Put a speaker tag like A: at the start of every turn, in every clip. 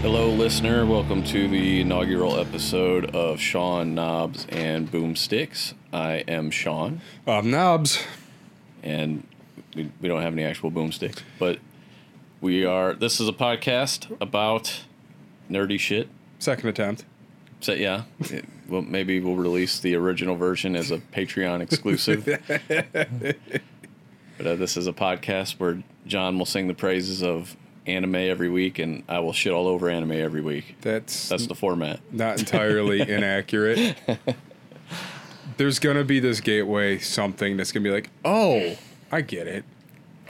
A: listener. Welcome to the inaugural episode of Sean Knobs and Boomsticks. I am Sean,
B: Um, knobs.
A: and we, we don't have any actual boomsticks, but we are. This is a podcast about nerdy shit.
B: Second attempt.
A: So yeah, it, well maybe we'll release the original version as a Patreon exclusive. but uh, this is a podcast where John will sing the praises of anime every week, and I will shit all over anime every week.
B: That's
A: That's the format.
B: not entirely inaccurate. There's gonna be this gateway something that's gonna be like, oh, I get it.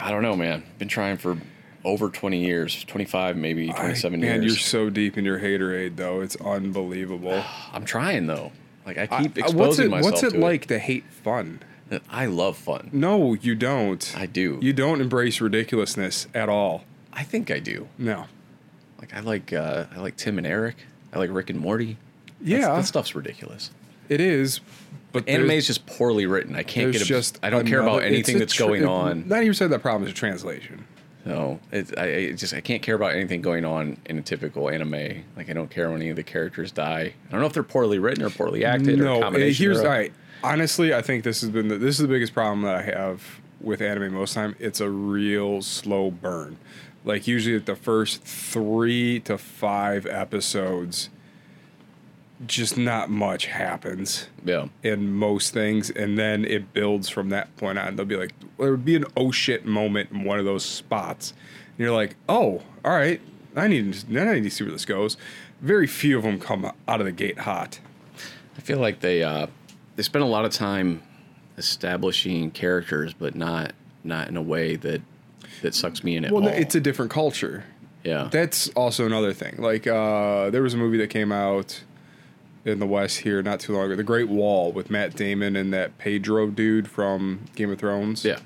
A: I don't know, man. Been trying for over 20 years, 25 maybe,
B: I-
A: 27
B: man, you're
A: years.
B: so deep in your hater aid though. It's unbelievable.
A: I'm trying though. Like I keep
B: I- uh,
A: exposing
B: what's it
A: myself
B: What's it
A: to
B: like to hate fun?
A: it. I love fun.
B: No, you don't.
A: I do.
B: You don't embrace ridiculousness at all.
A: I think I do.
B: No.
A: Like I like uh, I like Tim and Eric. I like Rick and Morty. That's-
B: Yeah,
A: that stuff's riculous.
B: it is. But there's-
A: Anime is just poorly written. I can't
B: there's
A: get. A,
B: just
A: I don't care about
B: another- it's
A: anything
B: a
A: that's
B: tr-
A: going
B: it-
A: on.
B: Not even said that problem is a translation.
A: No, it's, I, I just I can't care about anything going on in a typical anime. Like I don't care when any of the characters die. I don't know if they're poorly written or poorly acted or a
B: no, eh,
A: combination.
B: here's all
A: thereof.
B: right. Honestly, I think this has been the, this is the biggest problem that I have with anime most time. It's a real slow burn. Like usually at the first three to five episodes, just not much happens
A: Yeah.
B: in most things, and then it builds from that point on. They'll be like, there would be an oh shit moment in one of those spots, and you're like, oh, all right, I need to, I need to see where this goes. Very few of them come out of the gate hot.
A: I feel like they uh, they spend a lot of time establishing characters, but not not in a way that that sucks me in at
B: Well,
A: all.
B: no, it's a different culture.
A: yeah.
B: That's also another thing. Like, uh, there was a movie that came out in the West here not too long ago, The Great Wall, with Matt Damon and that Pedro dude from Game of Thrones.
A: yeah.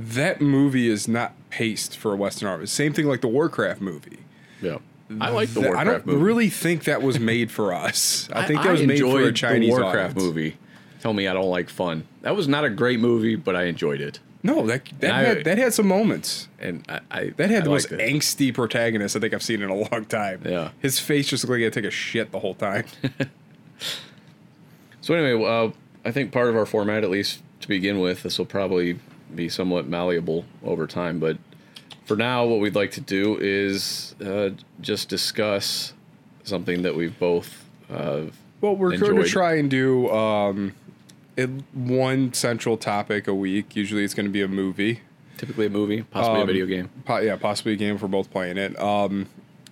B: That movie is not paced for a Western audience. Same thing like the Warcraft movie.
A: Yeah. I like the
B: That-
A: Warcraft
B: I don't
A: movie.
B: really think that was made for us. I think that was made for a
A: enjoyed
B: Chinese
A: the Warcraft
B: audience.
A: movie. Tell me I don't like fun. That was not a great movie, but I enjoyed it.
B: No, that that,
A: I-
B: had, that had some moments.
A: And I, I
B: That had
A: I
B: the most
A: liked it.
B: angsty protagonist I think I've seen in a long time.
A: Yeah.
B: his face just looked like he had to take a shit the whole time.
A: So anyway, uh, I think part of our format, at least to begin with, this will probably be somewhat malleable over time. But for now, what we'd like to do is uh, just discuss something that we've both. Uh,
B: Well, we're going
A: enjoyed.
B: to try and do um, it, one central topic a week. Usually, it's going to be a movie.
A: typically, a movie, possibly a video game.
B: Po- yeah, possibly a game if we're both playing it. Um,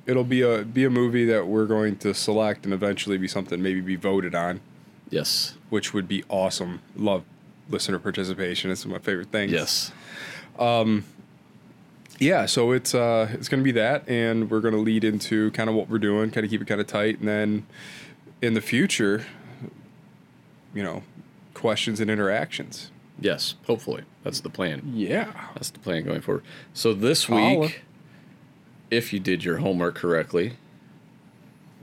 B: it'll be a be a movie that we're going to select and eventually be something maybe be voted on,
A: Yes.
B: which would be awesome. Love listener participation. It's one of my favorite things.
A: Yes.
B: Yeah. So it's uh, it's going to be that, and we're going to lead into kind of what we're doing, kind of keep it kind of tight, and then in the future, you know, questions and interactions.
A: Yes. Hopefully, that's the plan.
B: Yeah.
A: That's the plan going forward. So this
B: Holla.
A: week, if you did your homework correctly,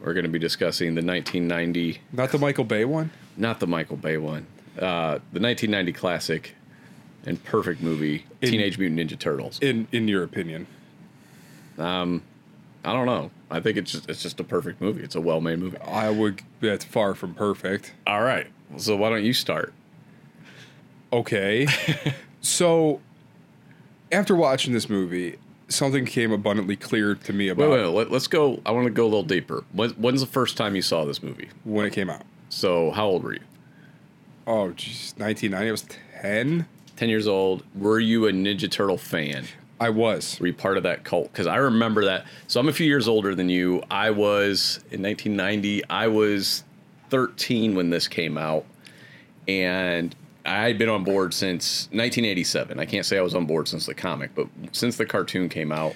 A: we're going to be discussing the 1990
B: Not the Michael Bay one.
A: not the Michael Bay one, uh, the 1990 classic and perfect movie, Teenage Mutant Ninja Turtles.
B: In in your opinion,
A: I don't know. I think it's just, it's just a perfect movie. It's a well made movie.
B: I would. That's far from perfect.
A: All right. So why don't you start?
B: Okay. so, after watching this movie, something became abundantly clear to
A: Wait,
B: me about
A: wait, wait. Let, let's go. I want to go a little deeper. When, when's the first time you saw this movie?
B: when it came out.
A: So how old were you?
B: Oh, jeez, 1990. I was 10.
A: 10 years old. Were you a Ninja Turtle fan?
B: I was.
A: Were you part of that cult? Because I remember that. So I'm a few years older than you. I was in 1990. I was 13 when this came out, and I had been on board since 1987. I can't say I was on board since the comic, but since the cartoon came out,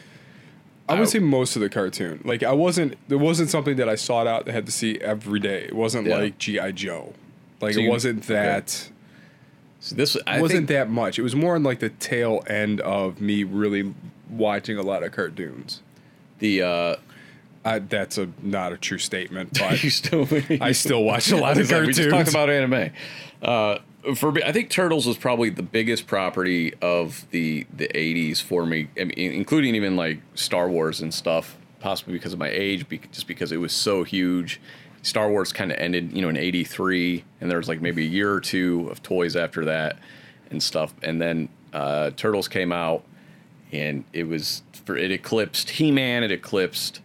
B: I would say most of the cartoon. Like I wasn't. There wasn't something that I sought out that I had to see every day. It wasn't
A: Yeah.
B: like GI Joe. Like
A: So
B: it
A: you-
B: wasn't
A: okay.
B: that.
A: so this I
B: wasn't
A: think,
B: that much. It was more on like the tail end of me really watching a lot of cartoons.
A: the uh,
B: I, that's a not a true statement, but
A: you still
B: I still watch a lot of
A: It's like, we
B: cartoons.
A: just talked about anime. Uh, for me, I think Turtles was probably the biggest property of the the '80s for me, I mean, including even like Star Wars and stuff. Possibly because of my age, be, just because it was so huge. Star Wars kind of ended, you know, in '83, and there was like maybe a year or two of toys after that and stuff. And then uh, Turtles came out, and it was for it eclipsed He-Man, it eclipsed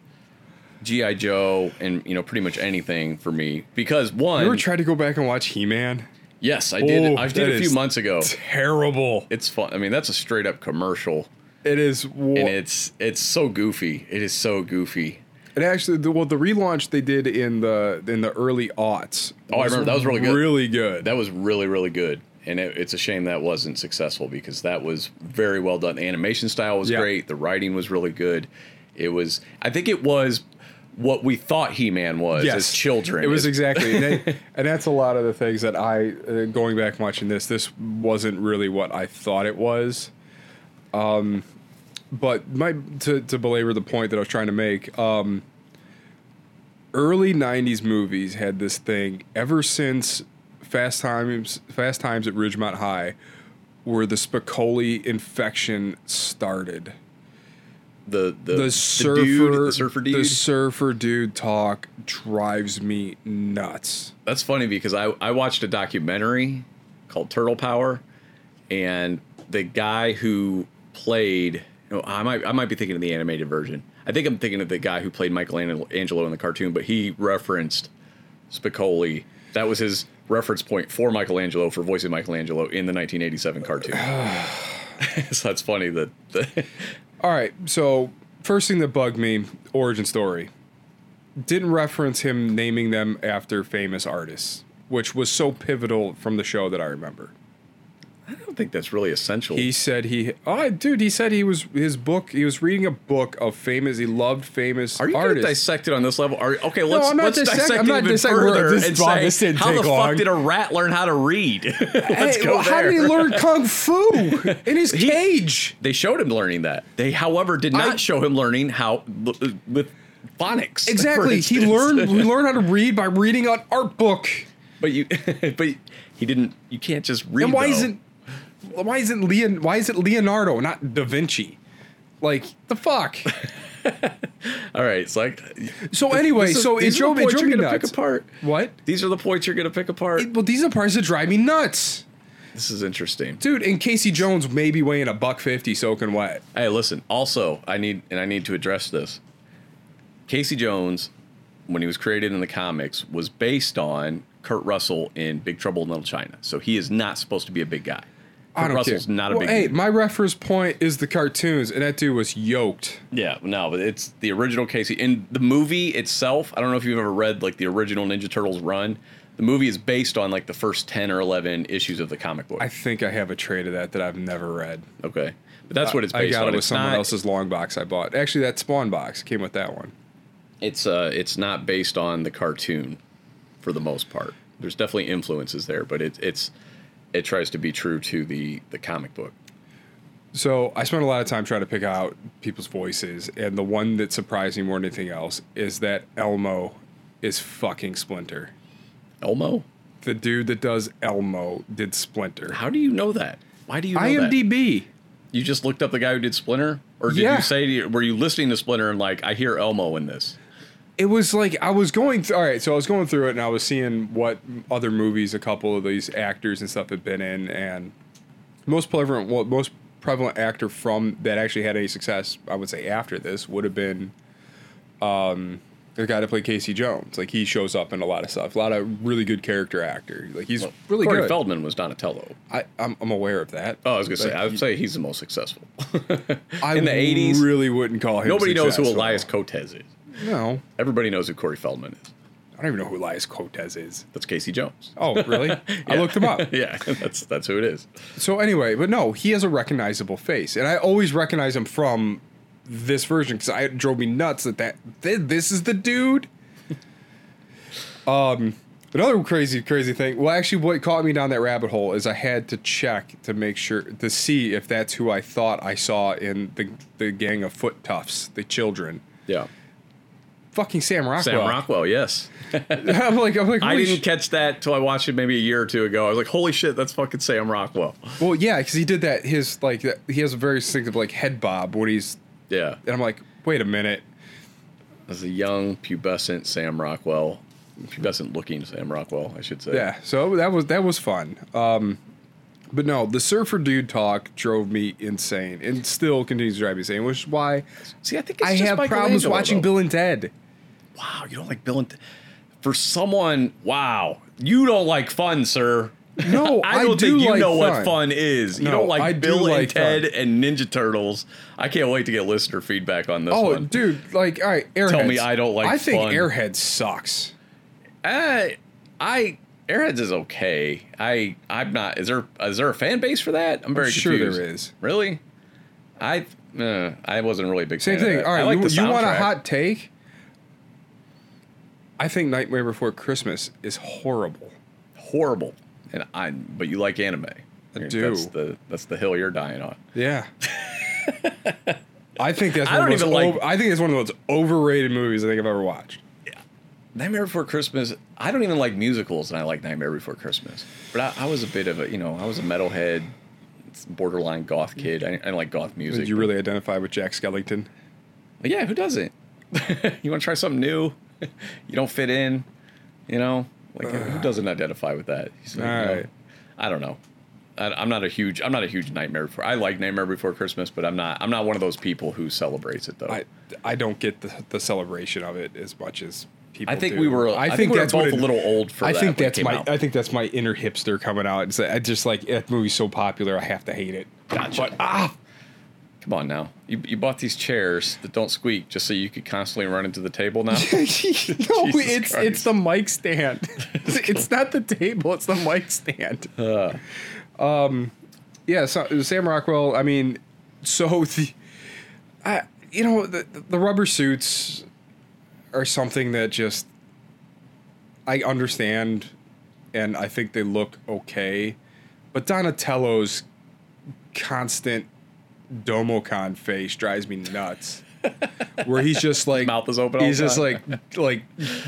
A: GI Joe, and you know, pretty much anything for me because one.
B: You ever tried to go back and watch He Man?
A: Yes, I did.
B: Oh,
A: I did
B: that
A: a few
B: is
A: months ago.
B: Terrible.
A: It's fun. I mean, that's a straight up commercial,
B: It is. Wa-
A: and
B: it,
A: it's it's so goofy. It is so goofy.
B: actually, the, well, the relaunch they did in the in the early aughts.
A: Oh, I remember. That was really good.
B: Really good.
A: That was really really good, and it, it's a shame that wasn't successful because that was very well done. Animation style was
B: Yeah.
A: great. The writing was really good. It was. I think it was what we thought He Man was as children.
B: It was exactly, and, they, and that's a lot of the things that I, uh, going back and watching this, this wasn't really what I thought it was. Um, but my to to belabor the point that I was trying to make, um, early '90s movies had this thing ever since Fast Times Fast Times at Ridgemont High, where the Spicoli infection started
A: the the,
B: the surfer,
A: the, dude, the surfer dude.
B: the surfer dude talk drives me nuts.
A: That's funny because I, I watched a documentary called Turtle Power, and the guy who played no, I might I might be thinking of the animated version. I think I'm thinking of the guy who played Michelangelo in the cartoon, but he referenced Spicoli. That was his reference point for Michelangelo for voicing Michelangelo in the 1987 cartoon. so that's funny that the,
B: All right, so first thing that bugged me, origin story. Didn't reference him naming them after famous artists, which was so pivotal from the show that I remember.
A: I don't think that's really essential.
B: He said he oh dude, he said he was his book, he was reading a book of famous he loved famous
A: Are you going to
B: artists.
A: dissect it on this level? Are, okay, let's,
B: I'm not
A: let's
B: dissect-
A: dissect,
B: I'm
A: it
B: not
A: even
B: dissecting-
A: further
B: this-
A: and
B: Bob,
A: say,
B: this didn't
A: how
B: take
A: the
B: long.
A: fuck did a rat learn how to read? let's
B: Hey,
A: go
B: well,
A: there.
B: how did he learn kung fu in his cage?
A: They showed him learning that. They, however, did not
B: I-
A: show him learning how with phonics. for
B: Exactly. He
A: instance.
B: learned we learned how to read by reading an art book.
A: but you, but he didn't. You can't just read.
B: And why
A: though.
B: isn't why isn't Leon why is it Leonardo, not Da Vinci? Like the fuck.
A: All right, it's like.
B: So anyway,
A: This is-
B: so it
A: these are the
B: drove, it
A: points
B: drove
A: you're
B: me
A: gonna
B: nuts.
A: Pick apart.
B: What?
A: These are the points you're going to pick apart.
B: Well, these are parts that drive me nuts,
A: this is interesting.
B: dude. And Casey Jones may be weighing a buck fifty soaking wet.
A: Hey, listen. Also, I need and I need to address this. Casey Jones, when he was created in the comics, was based on Kurt Russell in Big Trouble in Little China. So he is not supposed to be a big guy.
B: I
A: Kurt
B: don't
A: Russell's
B: care.
A: not a
B: well,
A: big
B: Hey,
A: dude.
B: my reference point is the cartoons, and that dude was yoked.
A: Yeah, no, but it's the original Casey. In the movie itself, I don't know if you've ever read like the original Ninja Turtles run. The movie is based on like the first ten or eleven issues of the comic book.
B: I think I have a trade of that that I've never read.
A: okay, but that's what it's
B: I
A: based
B: got
A: on.
B: it with
A: It's
B: someone
A: not-
B: else's long box I bought. Actually, that Spawn box came with that one.
A: it's uh it's not based on the cartoon for the most part there's definitely influences there but it, it's it tries to be true to the the comic book
B: So I spent a lot of time trying to pick out people's voices, and the one that surprised me more than anything else is that Elmo is fucking Splinter.
A: elmo
B: The dude that does Elmo did Splinter.
A: how do you know that why do you know that
B: IMDb.
A: you just looked up the guy who did splinter or did
B: Yeah.
A: you say to your- were you listening to splinter and like i hear elmo in this
B: It was like I was going. Th- all right, so I was going through it, and I was seeing what other movies a couple of these actors and stuff had been in, and most prevalent, well, most prevalent actor from that actually had any success, I would say after this would have been, um, the guy that played Casey Jones. Like he shows up in a lot of stuff, a lot of really good character actor. Like he's really
A: Corey
B: good.
A: feldman was donatello
B: I, I'm, I'm aware of that.
A: oh i was gonna say
B: Like,
A: i would say he's the most successful
B: I
A: in the 80s
B: really wouldn't call him.
A: nobody knows who
B: successful.
A: elias Cotes is
B: No,
A: everybody knows who Corey feldman is
B: I don't even know who Elias Cotes is.
A: that's casey jones
B: Oh, really? I looked him up.
A: yeah that's that's who it is
B: So anyway, but no, he has a recognizable face, and I always recognize him from this version because I it drove me nuts that that th- this is the dude. um, another crazy, crazy thing. Well, actually, what caught me down that rabbit hole is I had to check to make sure to see if that's who I thought I saw in the the gang of foot toughs, the children.
A: yeah
B: fucking Sam Rockwell.
A: Sam Rockwell, yes.
B: I'm like, I'm like,
A: I
B: holy
A: didn't
B: sh-
A: catch that till I watched it maybe a year or two ago. I was like, holy shit, that's fucking Sam Rockwell.
B: well, yeah, because he did that. His like, that, he has a very distinctive like head bob when he's,
A: Yeah.
B: and I'm like, wait a minute,
A: As a young, pubescent Sam Rockwell. Pubescent looking Sam Rockwell, I should say.
B: yeah. So that was that was fun. Um, but no, the surfer dude talk drove me insane, and still continues to drive me insane, which is why
A: See, I think it's
B: I
A: just
B: have problems
A: Michelangelo,
B: watching
A: though.
B: Bill and Ted.
A: Wow, you don't like Bill and Ted. For someone, wow, you don't like fun, sir.
B: No,
A: I don't
B: do
A: think you
B: like
A: know
B: fun.
A: what fun is. You
B: No,
A: don't like
B: I do
A: Bill and
B: like
A: Ted
B: fun.
A: and Ninja Turtles. I can't wait to get listener feedback on this
B: Oh,
A: one.
B: dude, like, all right, Airheads.
A: me I don't like
B: I think
A: fun.
B: Airhead sucks.
A: I, I Airheads is okay. I I'm not. Is there is there a fan base for that? I'm very
B: sure there
A: confused.
B: is.
A: Really? I uh, I wasn't really a big
B: Same
A: fan of
B: thing.
A: that.
B: All
A: I
B: right,
A: like
B: you,
A: the
B: you want a
A: soundtrack.
B: hot take? I think Nightmare Before Christmas is horrible.
A: horrible, and I but you like anime. I
B: do.
A: That's the that's the hill you're dying on.
B: Yeah. I think that's
A: I
B: one of
A: don't
B: the most
A: even
B: ov-
A: like-
B: I think it's one of the most overrated movies I think I've ever watched.
A: Nightmare Before Christmas. I don't even like musicals, and I like Nightmare Before Christmas. But I, I was a bit of a you know I was a metalhead, borderline goth kid. I, I didn't like goth music.
B: Did you really identify with Jack Skellington?
A: But yeah, who doesn't? you want to try something new? you don't fit in, you know? Like who
B: Uh.
A: doesn't identify with that? He's like, you know,
B: Alright.
A: I don't know. I, I'm not a huge I'm not a huge Nightmare Before. I like Nightmare Before Christmas, but I'm not I'm not one of those people who celebrates it though.
B: I I don't get the, the celebration of it as much as people
A: I think
B: do.
A: we were. I, think, we were both
B: it-
A: a little old for
B: I
A: that.
B: think
A: when it
B: that's
A: came
B: my
A: out.
B: I think that's my inner hipster coming out. It's I just like that movie's so popular I have to hate it.
A: Gotcha.
B: But ah
A: Come on now. You, you bought these chairs that don't squeak just so you could constantly run into the table now.
B: no,
A: Jesus
B: it's it's
A: Christ.
B: the mic stand. it's not the table, it's the mic stand. Um yeah, so, Sam Rockwell, I mean, so the I you know, the the rubber suits are something that just I understand and I think they look okay. But Donatello's constant Domocon face drives me nuts. Where he's just like
A: Mouth is open all
B: He's
A: the
B: just
A: time.
B: like like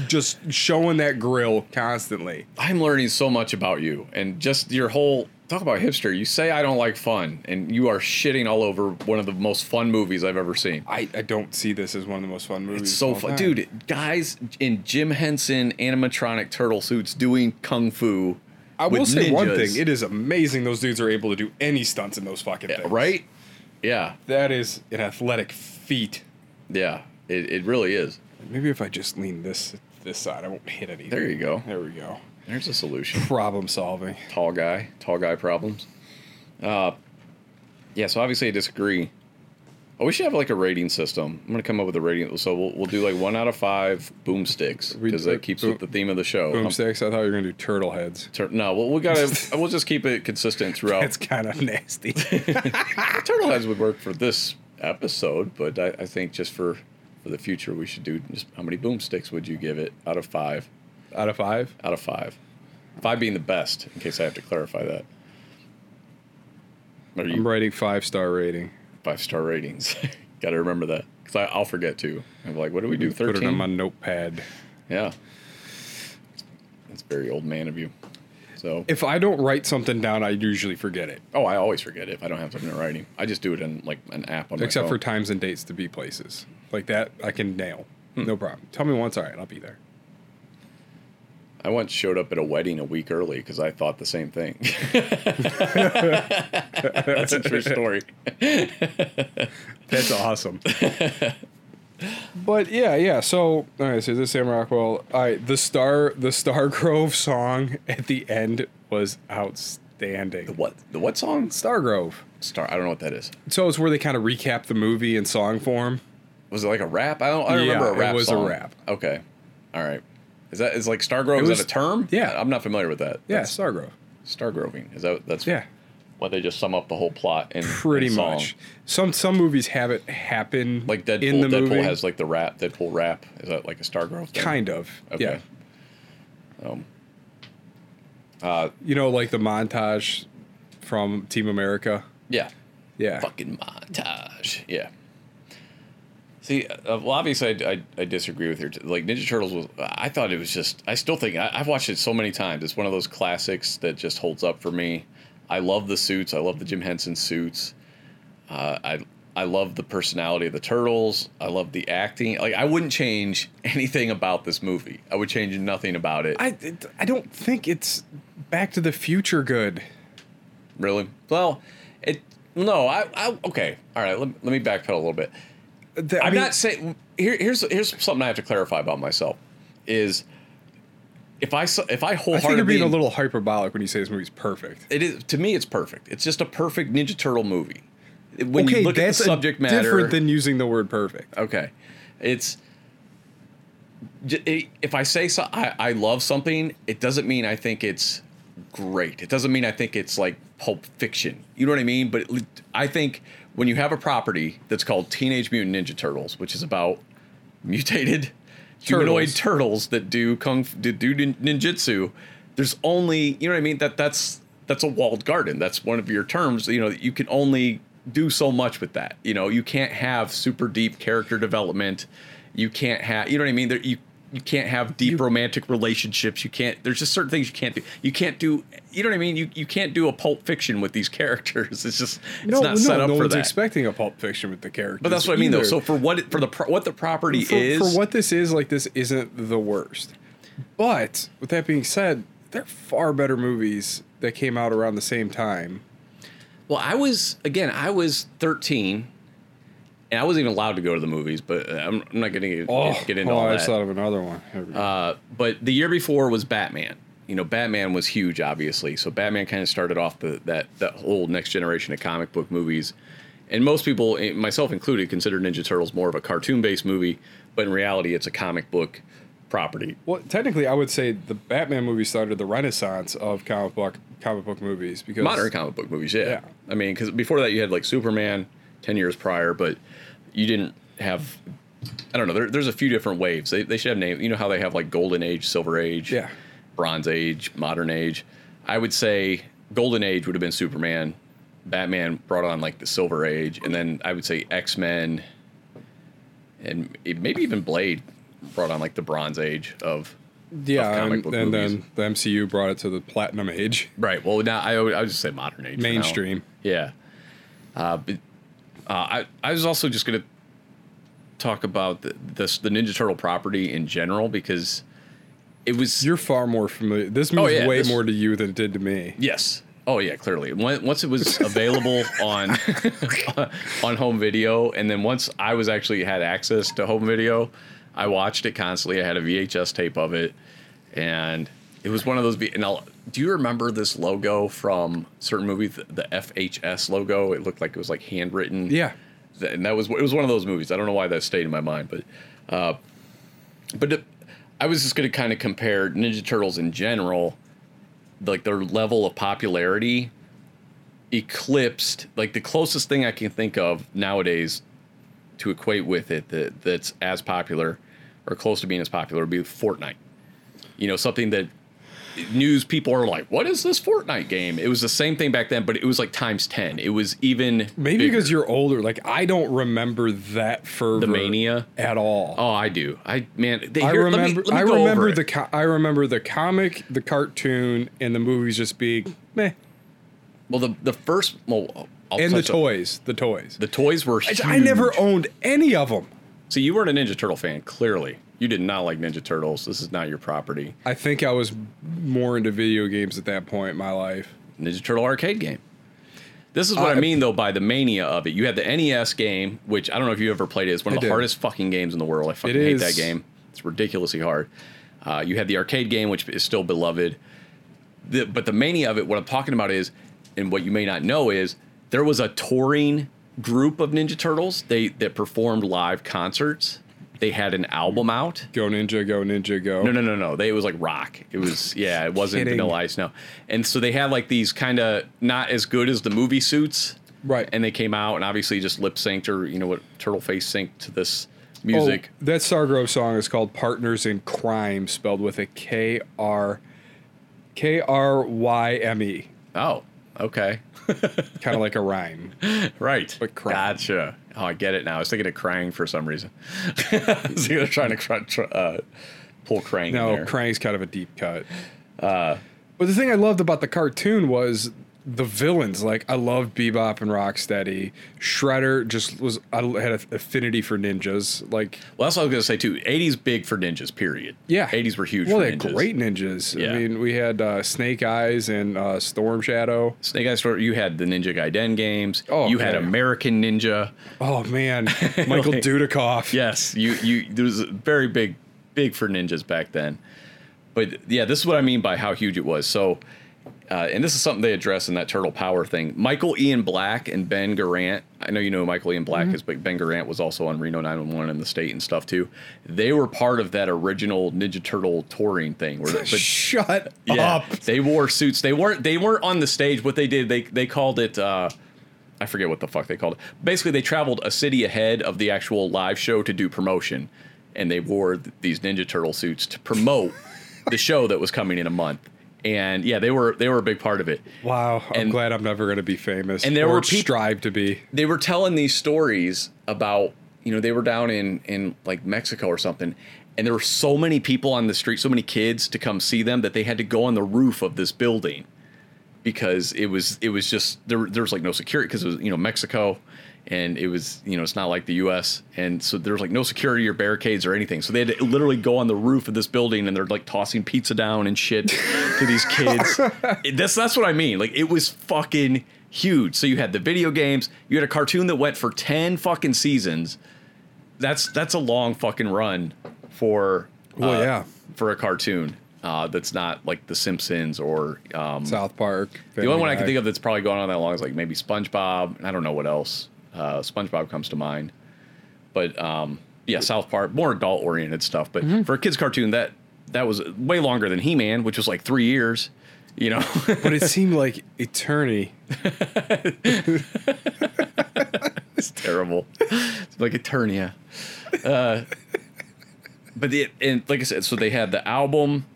B: just showing that grill constantly.
A: I'm learning so much about you and just your whole talk about hipster. You say I don't like fun, and you are shitting all over one of the most fun movies I've ever seen.
B: I, I don't see this as one of the most fun movies.
A: It's
B: of
A: so
B: all
A: fun,
B: time.
A: dude. Guys in Jim Henson animatronic turtle suits doing kung fu.
B: I will
A: with
B: say one
A: ninjas.
B: thing: it is amazing those dudes are able to do any stunts in those fucking things.
A: right? Yeah,
B: That is an athletic feat.
A: yeah. It, it really is.
B: Maybe if I just lean this this side, I won't hit anything.
A: There you go.
B: There we go.
A: There's a solution.
B: Problem solving.
A: tall guy, tall guy problems. Uh, yeah, so obviously I disagree. Oh, we should have like a rating system. I'm gonna come up with a rating. So we'll, we'll do like one out of five boomsticks
B: We-
A: because that keeps with the theme of the show. Um,
B: Boomsticks. I thought you were gonna do turtle heads.
A: tur- no, well, we gotta. we'll just keep it consistent
B: That's
A: throughout.
B: kind of nasty.
A: Turtle heads would work for this episode, but I, I think just for for the future we should do just how many boomsticks would you give it out of five?
B: Out of five,
A: Out of five, five being the best. In case I have to clarify that. Are you
B: I'm writing five star rating.
A: five star ratings. Got to remember that because I'll forget too. I'm like, what do we do?
B: Put it on my
A: Thirteen.
B: notepad.
A: Yeah, that's very old man of you. So,
B: If I don't write something down, I usually forget it.
A: oh, I always forget if I don't have something in writing. I just do it in like oh. an app on my
B: except for
A: phone.
B: times and dates to be places like that i can nail
A: Hmm.
B: no problem tell me once all right i'll be there
A: I once showed up at a wedding a week early because I thought the same thing. that's a true story.
B: that's awesome but yeah yeah so all right so this is sam rockwell all right the star the star grove song at the end was outstanding
A: What the what song?
B: star grove
A: Star. I don't know what that is.
B: so it's where they kind of recap the movie in song form
A: Was it like a rap? I don't. I don't
B: Yeah,
A: remember a
B: it
A: rap.
B: was a
A: song.
B: rap.
A: Okay. All right. Is that is like Stargrove? Is
B: was-
A: that a term?
B: yeah.
A: I'm not familiar with that.
B: yeah
A: That's-
B: star grove
A: Stargroving. Is that that's
B: yeah
A: why they just sum up the whole plot in
B: pretty
A: in song.
B: much some some movies have it happen
A: like Deadpool.
B: in the
A: Deadpool
B: movie
A: has like the rap. Deadpool rap. Is that like a Stargrove? Thing?
B: kind of
A: Okay.
B: yeah
A: Um, uh,
B: You know, like the montage from Team America.
A: yeah.
B: Yeah.
A: Fucking montage. Yeah. See, uh, well, obviously, I, I, I disagree with her. Like Ninja Turtles was, I thought it was just. I still think I, I've watched it so many times. It's one of those classics that just holds up for me. I love the suits. I love the Jim Henson suits. Uh, I I love the personality of the turtles. I love the acting. Like I wouldn't change anything about this movie. I would change nothing about it.
B: I I don't think it's Back to the Future good.
A: really? Well, it. No, I. I okay. All right. Let, let me backpedal a little bit.
B: The- I
A: I'm
B: mean,
A: not saying here, here's here's something I have to clarify about myself is if I s- if I
B: I think
A: wholeheartedly
B: you're being a little hyperbolic when you say this movie's perfect.
A: it is to me it's perfect. It's just a perfect Ninja Turtle movie. When
B: okay,
A: you look at the
B: that's a-
A: subject matter,
B: different than using the word perfect.
A: okay, it's j- i- if I say so, I, I love something, it doesn't mean I think it's great. It doesn't mean I think it's like Pulp Fiction. You know what I mean? But it, I think when you have a property that's called Teenage Mutant Ninja Turtles, which is about mutated humanoid
B: Turtles.
A: turtles that do kung f- that do nin- ninjutsu, there's only you know what I mean. That that's that's a walled garden. That's one of your terms. You know that you can only do so much with that. You know you can't have super deep character development. You can't have you know what I mean. There, you you can't have deep romantic relationships. You can't. There's just certain things you can't do. You can't do. You know what I mean. You you can't do a Pulp Fiction with these characters. It's just it's
B: no,
A: not
B: no,
A: set up
B: no
A: for
B: one's
A: that.
B: expecting a Pulp Fiction with the characters.
A: but that's what I mean,
B: either.
A: though. So for what it- for the pro- what the property
B: for,
A: is,
B: for what this is, like this isn't the worst. But with that being said, there are far better movies that came out around the same time.
A: Well, I was again. I was thirteen, and I wasn't even allowed to go to the movies. But uh, I'm, I'm not going to get into
B: oh,
A: all
B: I
A: that.
B: just thought of another one. Here we go.
A: Uh, but the year before was Batman. You know, Batman was huge, obviously. So Batman kind of started off the that that whole next generation of comic book movies. And most people, eh, myself included, consider Ninja Turtles more of a cartoon-based movie, but in reality, it's a comic book property.
B: well, technically, I would say the Batman movie started the renaissance of comic book comic book movies because
A: modern comic book movies. Yeah,
B: Yeah.
A: I mean, because before that you had like Superman ten years prior, but you didn't have. I don't know. There, there's a few different waves. They, they should have names. You know how they have like Golden Age, Silver Age,
B: Yeah.
A: Bronze Age, Modern Age. I would say Golden Age would have been Superman. Batman brought on like the Silver Age, and then I would say X Men, and it- maybe even Blade brought on like the Bronze Age of of
B: yeah,
A: comic
B: and,
A: book
B: and
A: movies.
B: then the MCU brought it to the platinum age,
A: Right. Well, now I would, I would just say modern age. for now.
B: mainstream.
A: Yeah. Uh, but, uh, I I was also just gonna talk about the, this the Ninja Turtle property in general because it was
B: You're far more familiar. This means
A: Oh, yeah,
B: way
A: this-
B: more to you than it did to me.
A: yes oh yeah clearly When- once it was available on on home video and then once I was actually had access to home video I watched it constantly I had a VHS tape of it and it was one of those. And I'll, do you remember this logo from certain movie, the, the FHS logo? It looked like it was like handwritten.
B: Yeah.
A: Th- and that was it was one of those movies. I don't know why that stayed in my mind, but uh, but it- I was just going to kind of compare Ninja Turtles in general, like their level of popularity eclipsed like the closest thing I can think of nowadays to equate with it that that's as popular or close to being as popular would be Fortnite. You know, something that news people are like, "What is this Fortnite game?" It was the same thing back then, but it was like times 10. It was even
B: Maybe
A: bigger.
B: because you're older. Like I don't remember that fervor,
A: mania?
B: at all.
A: Oh, I do. I man, they,
B: I
A: here,
B: remember.
A: Let me, let me
B: I
A: go
B: remember
A: over
B: the.
A: it.
B: Co- I remember the comic, the cartoon, and the movies just being meh.
A: well the the first well I'll
B: And the
A: touch on-
B: toys, the toys.
A: the toys were.
B: Which
A: Huge.
B: I never owned any of them.
A: So you weren't a Ninja Turtle fan. Clearly, you did not like Ninja Turtles. This is not your property.
B: I think I was more into video games at that point in my life.
A: Ninja Turtle arcade game. This is what I,
B: I-
A: mean, though, by the mania of it. You had the NES game, which I don't know if you ever played it. It's one of
B: I
A: the
B: did.
A: hardest fucking games in the world. I fucking
B: It
A: hate
B: is.
A: that game. It's ridiculously hard. Uh, you had the arcade game, which is still beloved. The, but the mania of it, what I'm talking about is, and what you may not know is, there was a touring group of Ninja Turtles. They that performed live concerts. They had an album out.
B: Go Ninja, Go Ninja, Go.
A: No, no, no, no. They, it was like rock. It was yeah. It wasn't
B: Kidding.
A: Vanilla Ice. No. And so they had like these kind of not as good as the movie suits.
B: Right.
A: And they came out and obviously just lip synced or you know what turtle face synced to this
B: Oh,
A: music.
B: that Stargrove song is called "Partners in Crime," spelled with a K R K R Y M E.
A: Oh, okay.
B: kind of like a rhyme.
A: Right.
B: But crying.
A: Gotcha. Oh, I get it now. I was thinking of crying for some reason. I was thinking of trying to cr- tr- uh, pull crying in
B: No,
A: there. Uh,
B: Krang's kind of a deep cut. but the thing I loved about the cartoon was the villains. Like I loved Bebop and Rocksteady. Shredder just was I had an affinity for ninjas. Like
A: well, that's what I was going to say, too. 80s big for ninjas, period.
B: yeah,
A: 80s were huge
B: Well,
A: for
B: they had
A: ninjas.
B: great ninjas.
A: Yeah.
B: I mean, we had uh, Snake Eyes and uh, Storm Shadow.
A: Snake Eyes, Store- you had the Ninja Gaiden games.
B: Oh,
A: you had
B: okay.
A: American Ninja.
B: Oh man, Michael
A: Like-
B: Dudikoff.
A: Yes, you you there was very big big for ninjas back then. But yeah, this is what I mean by how huge it was. So uh, and this is something they address in that turtle power thing. Michael Ian Black and Ben Garant. I know you know who Michael Ian Black is, but Ben Garant was also on Reno 911 in the state and stuff too. They were part of that original Ninja Turtle touring thing. Where, but
B: Shut
A: yeah,
B: up.
A: they wore suits. They weren't. They weren't on the stage. What they did, they they called it. Uh, I forget what the fuck they called it. Basically, they traveled a city ahead of the actual live show to do promotion, and they wore th- these Ninja Turtle suits to promote the show that was coming in a month. And yeah, they were they were a big part of it.
B: Wow, I'm
A: And-
B: glad I'm never going to be famous.
A: and there
B: or
A: were peop-
B: strive to be.
A: they were telling these stories about you know they were down in in like Mexico or something and there were so many people on the street so many kids to come see them that they had to go on the roof of this building because it was it was just there there was like no security because it was you know Mexico and it was you know it's not like the US and so there was like no security or barricades or anything so they had to literally go on the roof of this building and they're like tossing pizza down and shit to these kids It- that's that's what I mean like it was fucking huge so you had the video games you had a cartoon that went for 10 fucking seasons that's that's a long fucking run for uh,
B: Well, yeah.
A: for a cartoon uh, that's not like the Simpsons or um,
B: South Park.
A: the only one I can think of that's probably going on that long is like maybe SpongeBob. and I don't know what else. Uh, SpongeBob comes to mind, but um, yeah, South Park, more adult oriented stuff. But for a kids cartoon, that that was way longer than He Man, which was like three years. You know,
B: but it seemed like eternity.
A: it's terrible. It's like Eternia. Uh, but the, and like I said, so they had the album,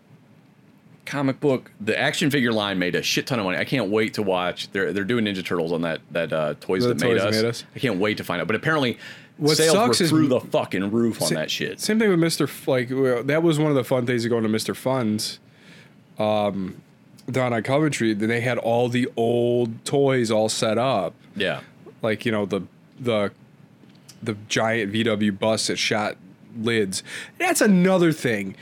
A: comic book, the action figure line made a shit ton of money. I can't wait to watch. They're they're doing Ninja Turtles on that that uh, toys
B: The
A: that made,
B: Toys That
A: us.
B: Made Us.
A: I can't wait to find out. But apparently,
B: What
A: sales
B: sucks
A: were
B: is-
A: through the fucking roof on that shit.
B: Same thing with Mr. F- like well, that was one of the fun things of going to Mr. Funds. Um, down on Coventry, then they had all the old toys all set up,
A: Yeah,
B: like you know the the the giant VW bus that shot lids. That's another thing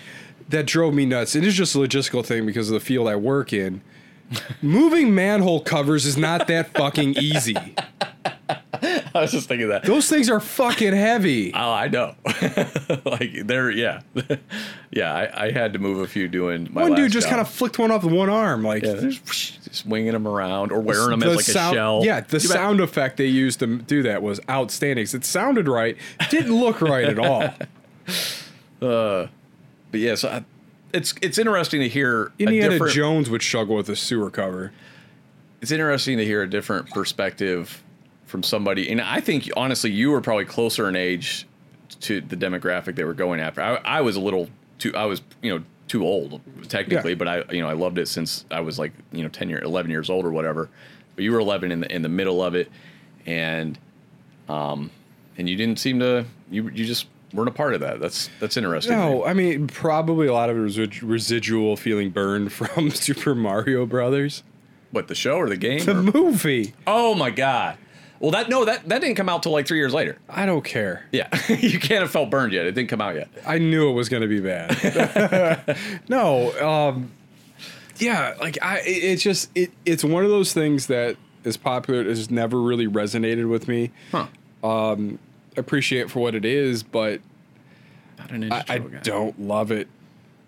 B: that drove me nuts. It is just a logistical thing because of the field I work in. Moving manhole covers is not that fucking easy.
A: I was just thinking that.
B: Those things are fucking heavy.
A: Oh, I know. like they're yeah, yeah. I, I had to move a few doing my
B: One dude
A: last
B: just
A: job.
B: kind of flicked one off with one arm, like
A: Yeah, they're just, just winging them around or wearing them as like
B: sound,
A: a shell.
B: Yeah, the
A: You bet.
B: sound effect they used to do that was outstanding. 'cause It sounded right, didn't look right at all.
A: But yeah, so I, it's it's interesting to hear a
B: Indiana
A: different.
B: Jones would struggle with a sewer cover.
A: it's interesting to hear a different perspective from somebody, and I think honestly, you were probably closer in age to the demographic they were going after. I, I was a little too. I was you know too old technically,
B: Yeah.
A: but I you know I loved it since I was like you know ten year, eleven years old or whatever. But you were eleven in the in the middle of it, and um, and you didn't seem to you you just weren't a part of that. That's that's interesting. to me.
B: No, I mean probably a lot of it was resi- residual feeling burned from Super Mario Brothers,
A: What the show or the game?
B: the
A: or-
B: movie.
A: oh my god! Well, that no, that that didn't come out till like three years later.
B: I don't care.
A: Yeah, you can't have felt burned yet. It didn't come out yet.
B: I knew it was going to be bad. no, um, yeah, like I, it- it's just it, it's one of those things that is popular. It has never really resonated with me.
A: Huh?
B: Appreciate it for what it is, but
A: Not an Ninja
B: I, I
A: Turtle guy.
B: don't love it.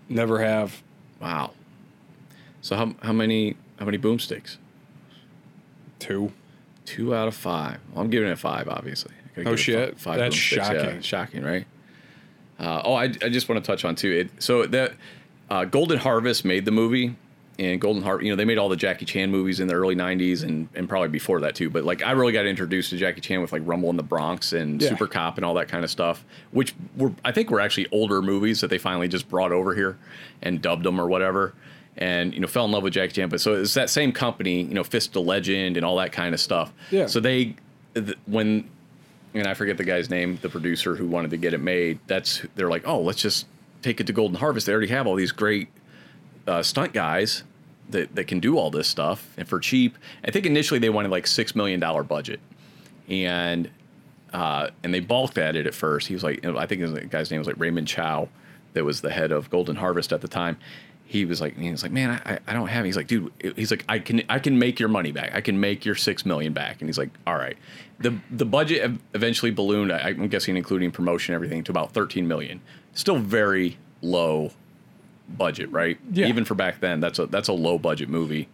B: Never have.
A: Wow. So how how many how many boomsticks?
B: Two.
A: Two out of five. Well, I'm giving it five, obviously. I gotta
B: Oh,
A: give it fi-
B: shit. That's
A: boomsticks. Yeah,
B: shocking.
A: shocking, right? Uh, oh, I, I just want to touch on too. It, so that uh, Golden Harvest made the movie, and Golden Harvest, you know, they made all the Jackie Chan movies in the early '90s and and probably before that too. But like, I really got introduced to Jackie Chan with like Rumble in the Bronx and
B: Yeah.
A: Super Cop and all that kind of stuff, which were I think were actually older movies that they finally just brought over here and dubbed them or whatever. and you know fell in love with Jackie Chan. But so it's that same company, you know, Fist of Legend and all that kind of stuff.
B: Yeah.
A: So they th- when and I forget the guy's name, the producer who wanted to get it made. That's they're like, oh, let's just take it to Golden Harvest. They already have all these great uh, stunt guys that that can do all this stuff and for cheap. I think initially they wanted like six million dollar budget, and uh, and they balked at it at first. He was like, I think the guy's name was like Raymond Chow, that was the head of Golden Harvest at the time. He was like, he was like, man, I, I don't have. It. He's like, dude, he's like, I can, I can make your money back. I can make your six million back. And he's like, all right. The the budget ev- eventually ballooned. I, I'm guessing including promotion and everything to about 13 million. Still very low budget, right?
B: Yeah.
A: Even for back then, that's a that's a low budget movie.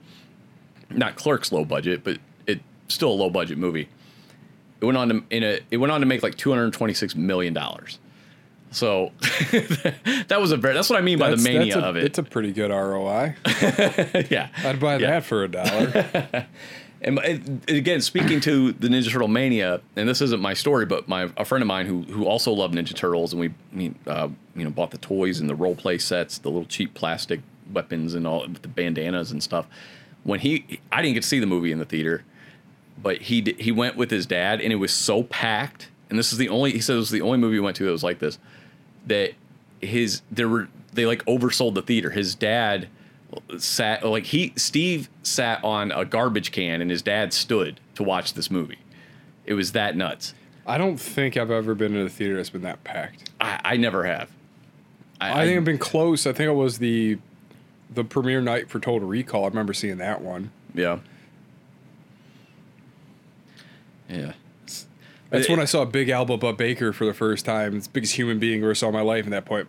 A: Not Clerks low budget, but it still a low budget movie. It went on to in a it went on to make like 226 million dollars. So that was a very that's what I mean by the mania
B: that's a,
A: of it.
B: It's a pretty good ROI.
A: yeah.
B: I'd buy
A: Yeah.
B: that for a dollar.
A: And it, again, speaking to the Ninja Turtle mania, and this isn't my story, but my a friend of mine who who also loved Ninja Turtles, and we we, uh, you know bought the toys and the role play sets, the little cheap plastic weapons and all the bandanas and stuff. When he, I didn't get to see the movie in the theater, but he d- he went with his dad, and it was so packed. And this is the only he said it was the only movie he went to that was like this. That his there were they like oversold the theater. His dad sat like he Steve sat on a garbage can and his dad stood to watch this movie. It was that nuts.
B: I don't think I've ever been in a theater that's been that packed.
A: I, I never have.
B: I, think I've been close. I think it was the the premiere night for Total Recall. I remember seeing that one.
A: yeah. Yeah.
B: That's
A: It-
B: when I saw Big Alba Bub Baker for the first time. It's the biggest human being I ever saw in my life at that point.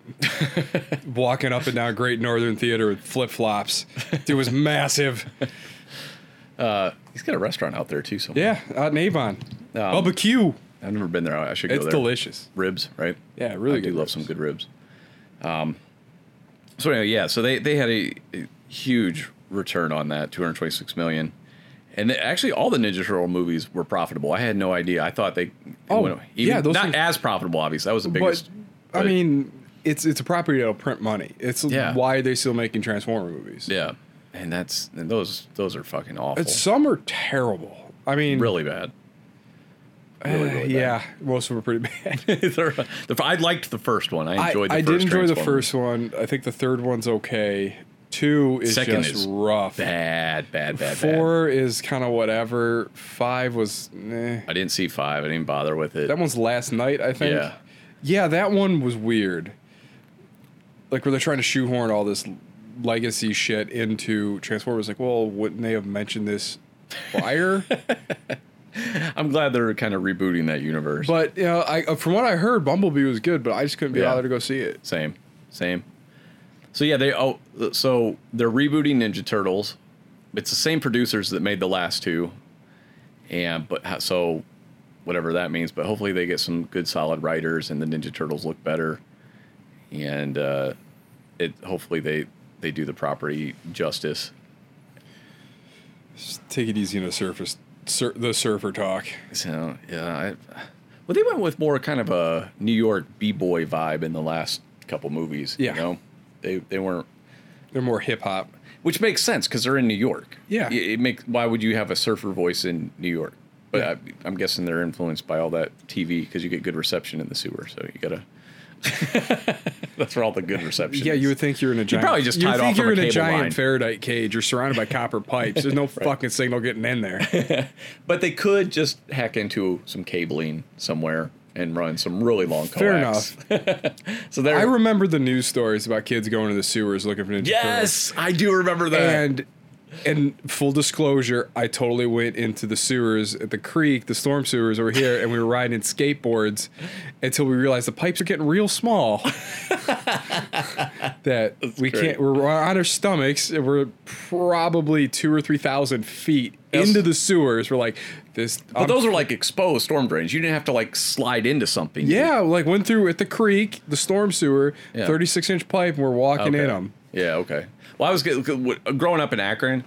B: Walking up and down Great Northern Theater with flip flops. Dude was massive.
A: He's got a restaurant out there too somewhere.
B: Yeah, out in Avon. Bubba Q.
A: I've never been there. I should go
B: It's
A: Um, there.
B: delicious.
A: Ribs, right?
B: Yeah, really
A: I
B: good
A: do love
B: ribs.
A: some good ribs. Um, so anyway, yeah. So they they had a, a huge return on that, two hundred twenty six million, and they, actually all the Ninja Turtle movies were profitable. I had no idea. I thought they
B: Oh,
A: went-
B: yeah, those
A: not
B: things-
A: as profitable. Obviously, that was the biggest.
B: but, I mean, it's it's a property that'll print money. It's
A: Yeah.
B: why they still making Transformer movies.
A: yeah, and that's and those those are fucking awful.
B: But some are terrible. I mean,
A: really bad. Really, really
B: Eh, yeah, most of them are pretty bad.
A: bad. They're- the f- I liked the first one. I
B: I,
A: enjoyed. the
B: I
A: first
B: did enjoy the
A: Transformers.
B: first one. I think the third one's okay. Two is
A: Second
B: just
A: is
B: rough.
A: Bad, bad, bad, bad.
B: Four is kind of whatever. Five was eh.
A: I didn't see five. I didn't bother with it.
B: that one's last night, I think.
A: Yeah.
B: Yeah, that one was weird. Like where they're trying to shoehorn all this legacy shit into Transformers. Like, well, wouldn't they have mentioned this prior?
A: I'm glad they're kind of rebooting that universe.
B: but you know, I uh, from what I heard, Bumblebee was good, but I just couldn't be
A: Yeah.
B: bothered to go see it.
A: Same, same. So yeah, they oh, so they're rebooting Ninja Turtles. It's the same producers that made the last two, and but ho- so whatever that means. But hopefully they get some good solid writers, and the Ninja Turtles look better, and uh, it hopefully they they do the property justice.
B: Just take it easy on the surface, sur- the surfer talk.
A: So yeah, I, well they went with more kind of a New York b boy vibe in the last couple movies.
B: Yeah.
A: you know? they they weren't
B: They're more hip hop.
A: which makes sense because they're in New York.
B: Yeah.
A: it, it makes. Why would you have a surfer voice in New York? But
B: Yeah.
A: I, I'm guessing they're influenced by all that TV because you get good reception in the sewer. So you gotta. That's where all the good reception.
B: Yeah,
A: is.
B: you would think you're in a giant.
A: probably just
B: you'd
A: tied
B: think
A: off
B: you're
A: from a
B: in a
A: cable
B: giant
A: line.
B: Faraday cage. You're surrounded by copper pipes. There's no fucking signal getting in there.
A: But they could just hack into some cabling somewhere and run some really long coax.
B: Fair
A: so there.
B: I remember the news stories about kids going to the sewers looking for Ninja Turtles. Uh,
A: yes, I do remember that.
B: and and full disclosure, I totally went into the sewers at the creek, the storm sewers over here, and we were riding in skateboards until we realized the pipes are getting real small. that we
A: great.
B: can't. We're on our stomachs. And we're probably two or three thousand feet
A: Yes.
B: into the sewers. We're like this. um,
A: but those are like exposed storm drains. You didn't have to like slide into something.
B: Yeah, like went through at the creek, the storm sewer,
A: Yeah.
B: 36 inch pipe, and we're walking in
A: Okay.
B: 'em. in them.
A: Yeah, okay. Well, I was get- what- growing up in Akron,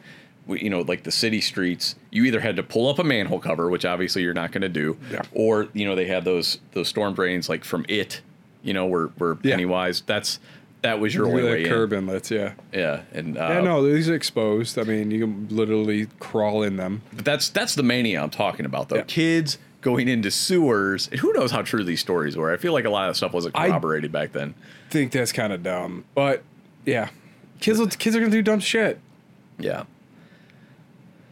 A: we, you know, like the city streets, you either had to pull up a manhole cover, which obviously you're not going to do,
B: Yeah.
A: or you know they had those those storm drains like from it, you know, where where
B: Yeah.
A: Pennywise. That's that was your only
B: Yeah,
A: way in.
B: curb inlets, yeah.
A: Yeah, and uh,
B: yeah, no, these are exposed. I mean, you can literally crawl in them.
A: but that's that's the mania I'm talking about though.
B: Yeah.
A: Kids going into sewers. And who knows how true these stories were? I feel like a lot of stuff wasn't
B: I-
A: corroborated back then.
B: Think that's kind of dumb, but yeah, kids, will- kids are gonna do dumb shit.
A: Yeah.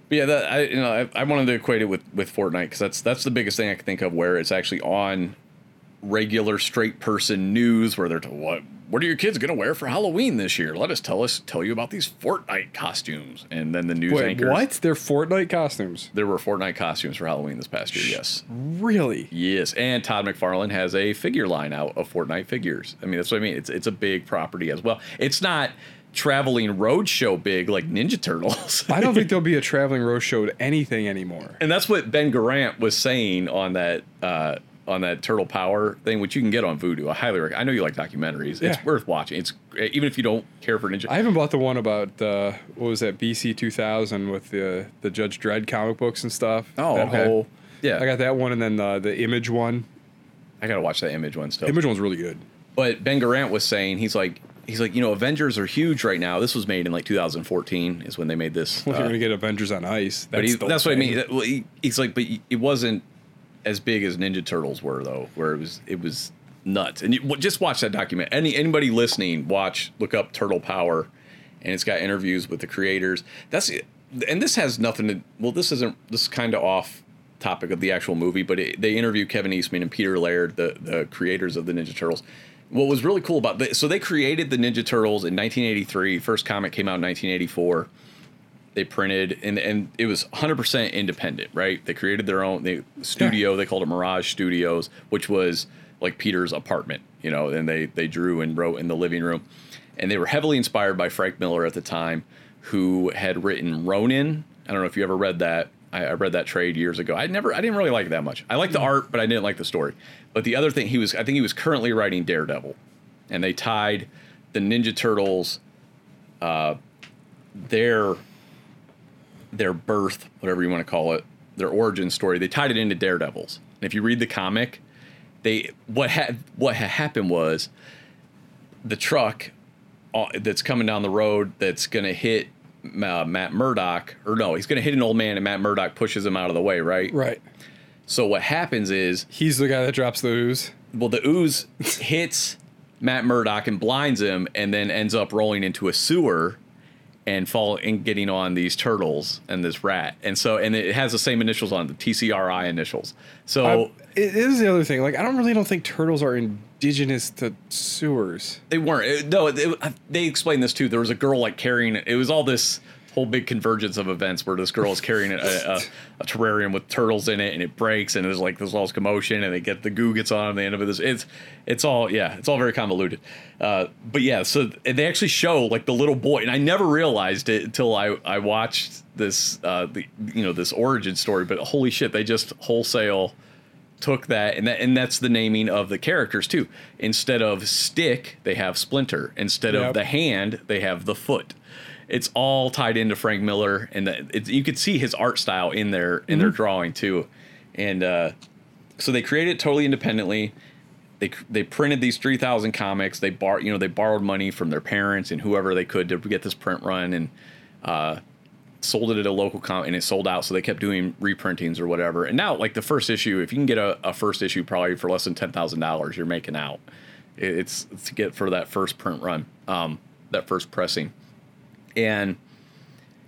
A: But yeah, that I you know I, I wanted to equate it with with Fortnite because that's that's the biggest thing I can think of where it's actually on regular straight person news where they're to, what what are your kids gonna wear for Halloween this year? Let us tell us tell you about these Fortnite costumes and then the news
B: Wait,
A: anchors.
B: what? They're Fortnite costumes.
A: There were Fortnite costumes for Halloween this past year. Yes,
B: mm-hmm. Really?
A: yes, and Todd McFarlane has a figure line out of Fortnite figures. I mean, that's what I mean. It's it's a big property as well. It's not traveling roadshow big like Ninja Turtles.
B: I don't think there'll be a traveling road show to anything anymore.
A: and that's what Ben Garant was saying on that uh, on that Turtle Power thing, which you can get on Vudu. I highly recommend. I know you like documentaries;
B: Yeah.
A: it's worth watching. It's even if you don't care for Ninja.
B: I haven't bought the one about uh, what was that BC 2000 with the the Judge Dredd comic books and stuff. that
A: Oh,
B: whole-
A: yeah.
B: I got that one, and then the the image one.
A: I gotta watch that image one still.
B: Image one's really good.
A: but Ben Garant was saying he's like he's like you know Avengers are huge right now. This was made in like 2014 is when they made this.
B: Well,
A: uh,
B: you're gonna get Avengers on Ice. That's
A: but he,
B: the
A: that's what I
B: thing.
A: mean. That- well, he- he's like, but it wasn't as big as Ninja Turtles were though, where it was it was nuts. And you, well, just watch that document. Any anybody listening, watch look up Turtle Power, and it's got interviews with the creators. That's and this has nothing to well, this isn't this is kind of off topic of the actual movie, but it, they interview Kevin Eastman and Peter Laird, the the creators of the Ninja Turtles. What was really cool about the, so they created the Ninja Turtles in 1983. First comic came out in 1984 they printed and and it was 100% independent right they created their own they, studio they called it mirage studios which was like peter's apartment you know and they they drew and wrote in the living room and they were heavily inspired by frank miller at the time who had written ronin i don't know if you ever read that i, I read that trade years ago i never i didn't really like it that much i liked the art but i didn't like the story but the other thing he was i think he was currently writing daredevil and they tied the ninja turtles uh, their their birth, whatever you want to call it, their origin story. They tied it into Daredevils, and if you read the comic, they what had what had happened was the truck uh, that's coming down the road that's gonna hit uh, Matt Murdock, or no, he's gonna hit an old man, and Matt Murdock pushes him out of the way, right?
B: Right.
A: So what happens is
B: He's the guy that drops the ooze.
A: well, the ooze hits Matt Murdock and blinds him, and then ends up rolling into a sewer and fall and getting on these turtles and this rat. And so, and it has the same initials on it, the TCRI initials. So
B: I- Um, it is the other thing. Like I don't really don't think turtles are indigenous to sewers.
A: they weren't. It- no, it- I- they explained this too. There was a girl like carrying. It was all this whole big convergence of events where this girl is carrying a, a, a terrarium with turtles in it, and it breaks, and there's like this all this commotion, and they get the goo gets on them. They end up with this. It's it's all yeah. It's all very convoluted. Uh, but yeah, so and they actually show like the little boy, and I never realized it until I I watched this uh, the you know this origin story. But holy shit, they just wholesale took that and that and that's the naming of the characters too. Instead of stick, they have splinter. Instead
B: Yep.
A: of the hand, they have the foot. It's all tied into Frank Miller, and that it's you could see his art style in their in their drawing too. And uh, so they created it totally independently. They they printed these three thousand comics. They bar you know they borrowed money from their parents and whoever they could to get this print run and sold it at a local com and it sold out so they kept doing reprintings or whatever and now like the first issue if you can get a, a first issue probably for less than $10000 you're making out It- it's to get for that first print run um, that first pressing and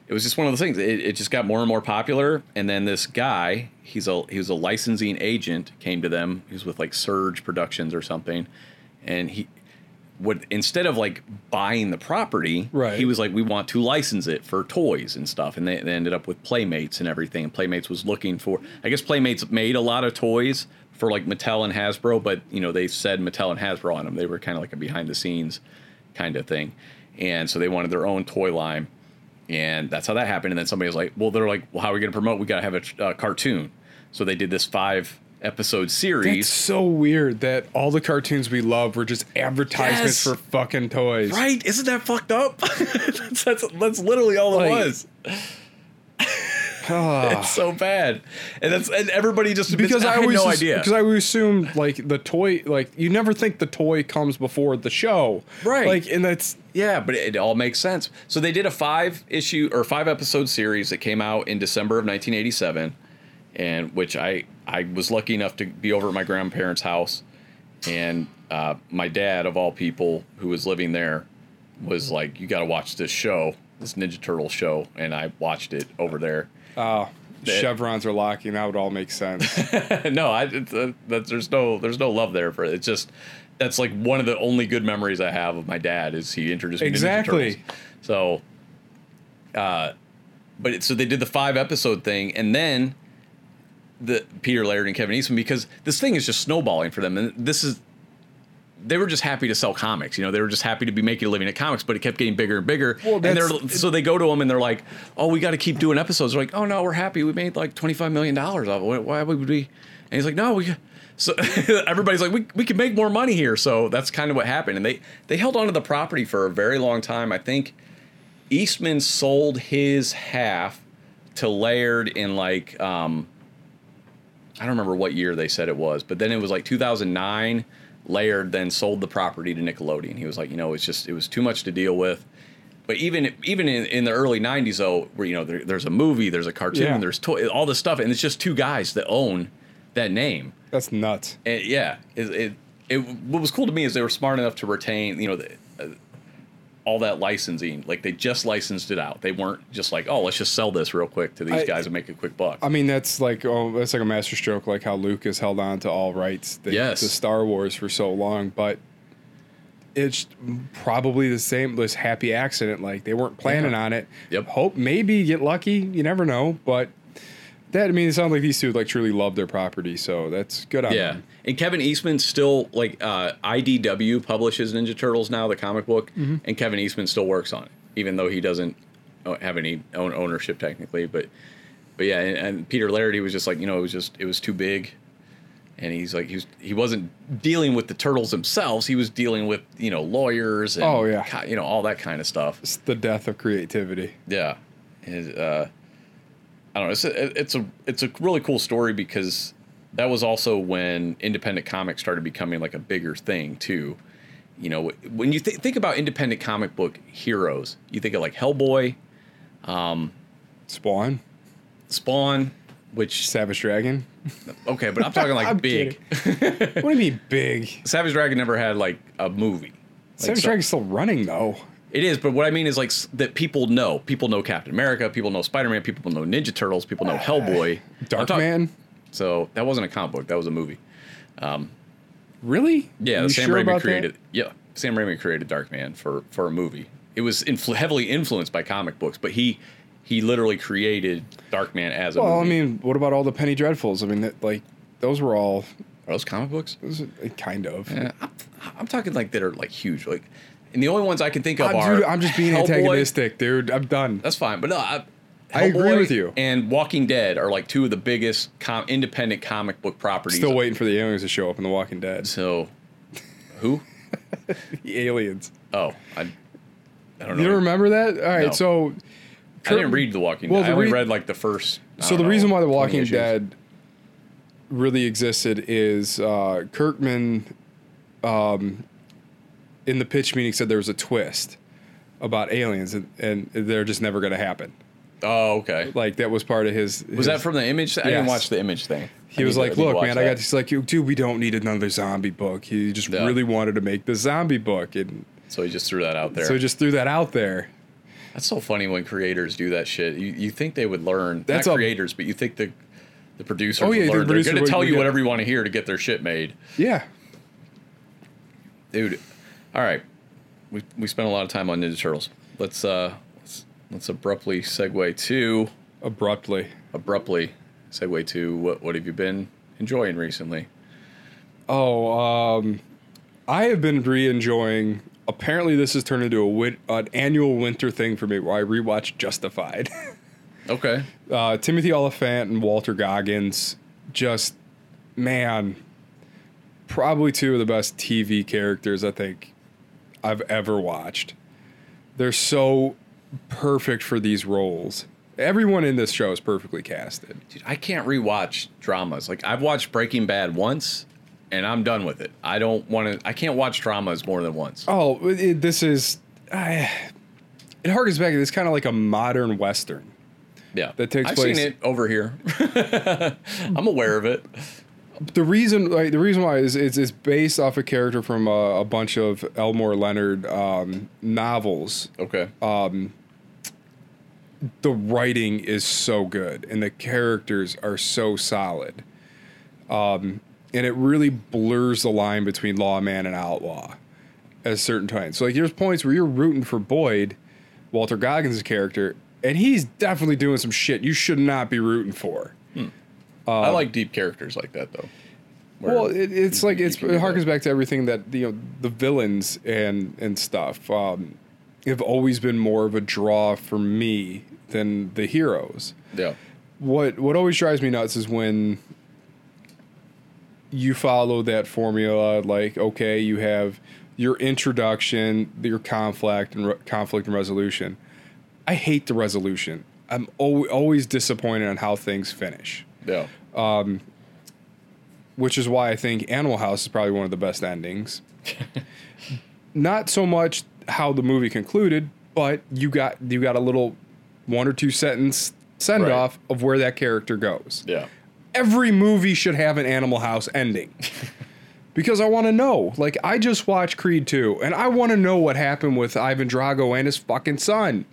A: it was just one of those things it, it just got more and more popular and then this guy he's a he was a licensing agent came to them he was with like surge productions or something and he would instead of like buying the property
B: Right.
A: he was like we want to license it for toys and stuff and they, they ended up with playmates and everything and playmates was looking for i guess playmates made a lot of toys for like mattel and hasbro but you know they said mattel and hasbro on them they were kind of like a behind the scenes kind of thing and so they wanted their own toy line and that's how that happened. And then somebody was like, well, they're like, well, how are we going to promote? We got to have a tr- uh, cartoon. So they did this five episode
B: It's
A: series.
B: so weird that all the cartoons we love were just
A: Yes.
B: advertisements for fucking toys.
A: right? Isn't that fucked up? that's, that's that's literally all
B: Like-
A: it was. it's so bad, and that's and everybody just admits,
B: because I,
A: had
B: always
A: no
B: as-
A: idea.
B: Because I always assumed like the toy, like you never think the toy comes before the show,
A: Right.
B: Like, and that's
A: Yeah, but it all makes sense. So they did a five issue or five episode series that came out in December of 1987, and which I I was lucky enough to be over at my grandparents' house, and uh, my dad of all people who was living there was like, "You got to watch this show, this Ninja Turtle show," and I watched it over there.
B: chevrons are locking. That would all make sense.
A: no, I it's, uh, that there's no there's no love there for it. It's just that's like one of the only good memories I have of my dad is he introduced me
B: Exactly.
A: to Ninja Turtles. So, uh, but it, so they did the five episode thing, and then the Peter Laird and Kevin Eastman because this thing is just snowballing for them, and this is they were just happy to sell comics. You know, they were just happy to be making a living at comics, but it kept getting bigger and bigger.
B: Well,
A: and they're
B: that's-
A: so they go to them and they're like, "Oh, we got to keep doing episodes." They're like, "Oh no, we're happy. We made like twenty five million dollars off. it. Why- Why would we?" And he's like, "No, we." So everybody's like, "We we can make more money here." So that's kind of what happened, and they they held onto the property for a very long time. I think Eastman sold his half to Laird in like um, I don't remember what year they said it was, but then it was like 2009. Laird then sold the property to Nickelodeon. He was like, you know, it's just it was too much to deal with. But even even in, in the early 90s, though, where you know there, there's a movie, there's a cartoon,
B: Yeah.
A: there's toy, all this stuff, and it's just two guys that own that name.
B: that's nuts.
A: And yeah, it, it, it what was cool to me is they were smart enough to retain, you know, the, uh, all that licensing. Like they just licensed it out. They weren't just like, oh, let's just sell this real quick to these
B: I-
A: guys and make a quick buck.
B: I mean, that's like oh, that's like a masterstroke, like how Lucas held on to all rights to,
A: Yes.
B: to Star Wars for so long, but it's probably the same this happy accident. Like they weren't planning
A: Yeah.
B: on it.
A: Yep.
B: Hope maybe get lucky. You never know, but. That I mean, it sounds like these two like truly love their property, so that's good on
A: Yeah,
B: them.
A: and Kevin Eastman still like uh, IDW publishes Ninja Turtles now, the comic book,
B: Mm-hmm.
A: and Kevin Eastman still works on it, even though he doesn't o- have any own ownership technically. But but yeah, and, and Peter Laird, he was just like you know it was just it was too big, and he's like he was he wasn't dealing with the turtles themselves. He was dealing with you know lawyers and
B: Oh, yeah.
A: ki- you know all that kind of stuff.
B: It's the death of creativity.
A: Yeah, His, uh, I don't know. It's a, it's a it's a really cool story because that was also when independent comics started becoming like a bigger thing too. You know, when you th- think about independent comic book heroes, you think of like Hellboy,
B: Spawn,
A: Spawn, which
B: Savage Dragon.
A: okay, but I'm talking like
B: I'm
A: big.
B: What do you mean big?
A: Savage Dragon never had like a movie. Like,
B: Savage
A: so-
B: Dragon's still running though.
A: It is, but what I mean is like s- that people know. People know Captain America. People know Spider Man. People know Ninja Turtles. People know Hellboy. I'm
B: Dark
A: talk-
B: Man.
A: So that wasn't a comic book. That was a movie.
B: Really?
A: Yeah,
B: You
A: Sam
B: sure about
A: Raimi
B: that?
A: created. Yeah, Sam Raimi created Darkman for for a movie. It was influ- heavily influenced by comic books, but he he literally created Darkman as a
B: Well, I
A: movie.
B: mean, what about all the Penny Dreadfuls? I mean, that, like those were all
A: Are those comic books?
B: those are, like, kind of.
A: Yeah, I'm, I'm talking like that are like huge. Like, and the only ones I can think of Oh,
B: I'm,
A: are.
B: dude, I'm just being
A: Hellboy.
B: antagonistic, dude. I'm done.
A: That's fine, but no, I,
B: I agree
A: Hellboy
B: with you.
A: And Walking Dead are like two of the biggest com- independent comic book properties.
B: Still waiting for the aliens to show up in The Walking Dead.
A: So, who?
B: The aliens.
A: Oh, I, I don't know.
B: You don't remember that? All right,
A: No.
B: so
A: I didn't read The Walking
B: Well,
A: Dead.
B: the
A: I only
B: re-
A: read like the first. I
B: So
A: don't
B: the
A: know,
B: reason why The
A: 20
B: Walking
A: issues.
B: Dead really existed is uh, Kirkman, um, in the pitch meeting, said there was a twist about aliens, and, and they're just never going to happen.
A: Oh, okay.
B: Like that was part of his.
A: Was that from the image? I didn't
B: Yes.
A: watch the image thing.
B: He
A: I
B: was
A: need to-
B: like,
A: I need to
B: "Look,
A: watch
B: man, I
A: that."
B: got." He's like, "Dude, we don't need another zombie book." He just
A: Yeah.
B: really wanted to make the zombie book, and
A: So he just threw that out there.
B: so he just threw that out there.
A: That's so funny when creators do that shit. You you think they would learn?
B: That's
A: not
B: a-
A: creators, but you think the the producers
B: Oh, yeah,
A: would
B: the
A: learn. They're
B: producer
A: going to
B: would-
A: tell you
B: yeah.
A: whatever you want to hear to get their shit made,
B: Yeah,
A: dude. All right, we we spent a lot of time on Ninja Turtles. Let's uh let's let's abruptly segue to
B: abruptly.
A: abruptly segue to what what have you been enjoying recently?
B: Oh, um, I have been re-enjoying. Apparently, this has turned into a win- an annual winter thing for me, where I rewatch Justified.
A: Okay,
B: uh, Timothy Oliphant and Walter Goggins, just man, probably two of the best TV characters I think I've ever watched. They're so perfect for these roles. Everyone in this show is perfectly casted.
A: Dude, I can't rewatch dramas. Like I've watched Breaking Bad once, and I'm done with it. I don't want to. I can't watch dramas more than once.
B: Oh, it, it- this is. I, it harkens back. It's kind of like a modern western.
A: Yeah,
B: That takes
A: I've
B: place-
A: seen it over here. I'm aware of it.
B: The reason, like, the reason why is it's, it's based off a character from a, a bunch of Elmore Leonard um, novels.
A: Okay.
B: The writing is so good, and the characters are so solid. Um, and it really blurs the line between lawman and outlaw at certain times. So, like, there's points where you're rooting for Boyd, Walter Goggins' character, and he's definitely doing some shit you should not be rooting for.
A: I like deep characters like that though. Where-
B: Um, Well, it, it's like
A: you
B: it's, it
A: can do
B: harkens
A: that.
B: back to everything that you know the villains and and stuff um, have always been more of a draw for me than the heroes.
A: yeah.
B: What what always drives me nuts is when you follow that formula. Like, okay, you have your introduction, your conflict, and re- conflict and resolution. I hate the resolution. I'm al- always disappointed on how things finish
A: Yeah.
B: which is why I think Animal House is probably one of the best endings. Not so much how the movie concluded, but you got you got a little one or two sentence send off of where that character goes.
A: Yeah.
B: Every movie should have an Animal House ending. because I want to know. Like I just watched Creed 2 and I want to know what happened with Ivan Drago and his fucking son.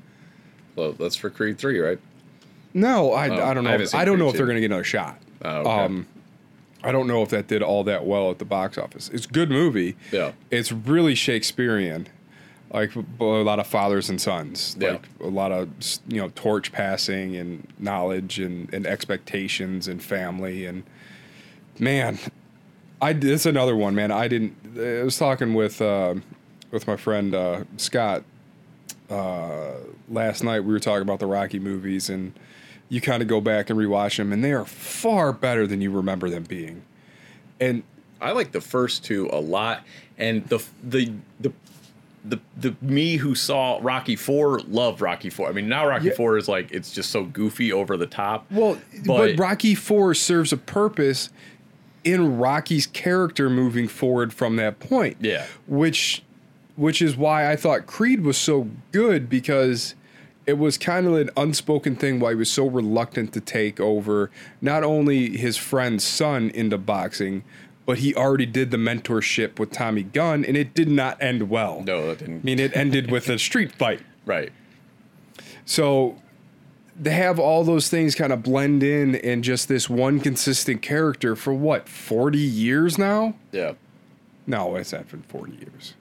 A: Well, that's for Creed three, right?
B: No, I,
A: Oh,
B: I don't
A: I
B: know.
A: haven't
B: if,
A: seen
B: I don't
A: Creed
B: know if they're
A: two.
B: going to get another shot.
A: Oh, okay.
B: Um, I don't know if that did all that well at the box office. It's a good movie.
A: Yeah.
B: It's really Shakespearean, like b- a lot of fathers and sons,
A: Yeah.
B: like a lot of s- you know torch passing and knowledge and, and expectations and family and man, I this is another one man. I didn't. I was talking with uh, with my friend uh, Scott uh, last night we were talking about the Rocky movies, and you kind of go back and rewatch them, and they are far better than you remember them being. And
A: I like the first two a lot, and the the the the, the me who saw Rocky Four loved Rocky Four. I mean, now Rocky
B: Yeah.
A: Four is like it's just so goofy, over the top.
B: well, but,
A: But-
B: Rocky Four serves a purpose in Rocky's character moving forward from that point.
A: Yeah.
B: which which is why I thought Creed was so good because. It was kind of an unspoken thing why he was so reluctant to take over not only his friend's son into boxing, but he already did the mentorship with Tommy Gunn, and it did not end well.
A: No, that didn't.
B: I mean, it ended with a street fight.
A: right.
B: So to have all those things kind of blend in and just this one consistent character for what, 40 years now?
A: Yeah.
B: No, it's not been 40 years.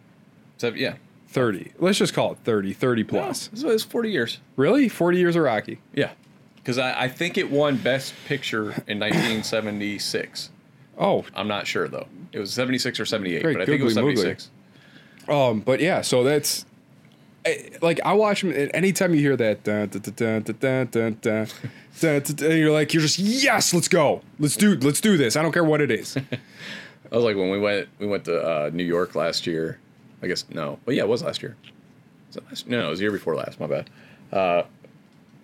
A: So, yeah.
B: 30. Let's just call it 30, 30 plus.
A: So it's forty years.
B: Really? 40 years of Rocky.
A: Yeah. Because I, I think it won Best Picture in 1976.
B: Oh,
A: I'm not sure though. It was 76 or 78,
B: Great
A: but I think it was
B: googly moogly.
A: 76.
B: um, but yeah, so that's I- like I watch him and anytime you hear that dun, dun, dun, dun, dun, dun, dun, dun, dun, dun, you're like you're just yes, let's go. Let's do let's do this. I don't care what it is.
A: I was like when we went we went to uh, New York last year. I guess no, but yeah, it was last year. Was it last? No, no, it was the year before last. My bad. Uh,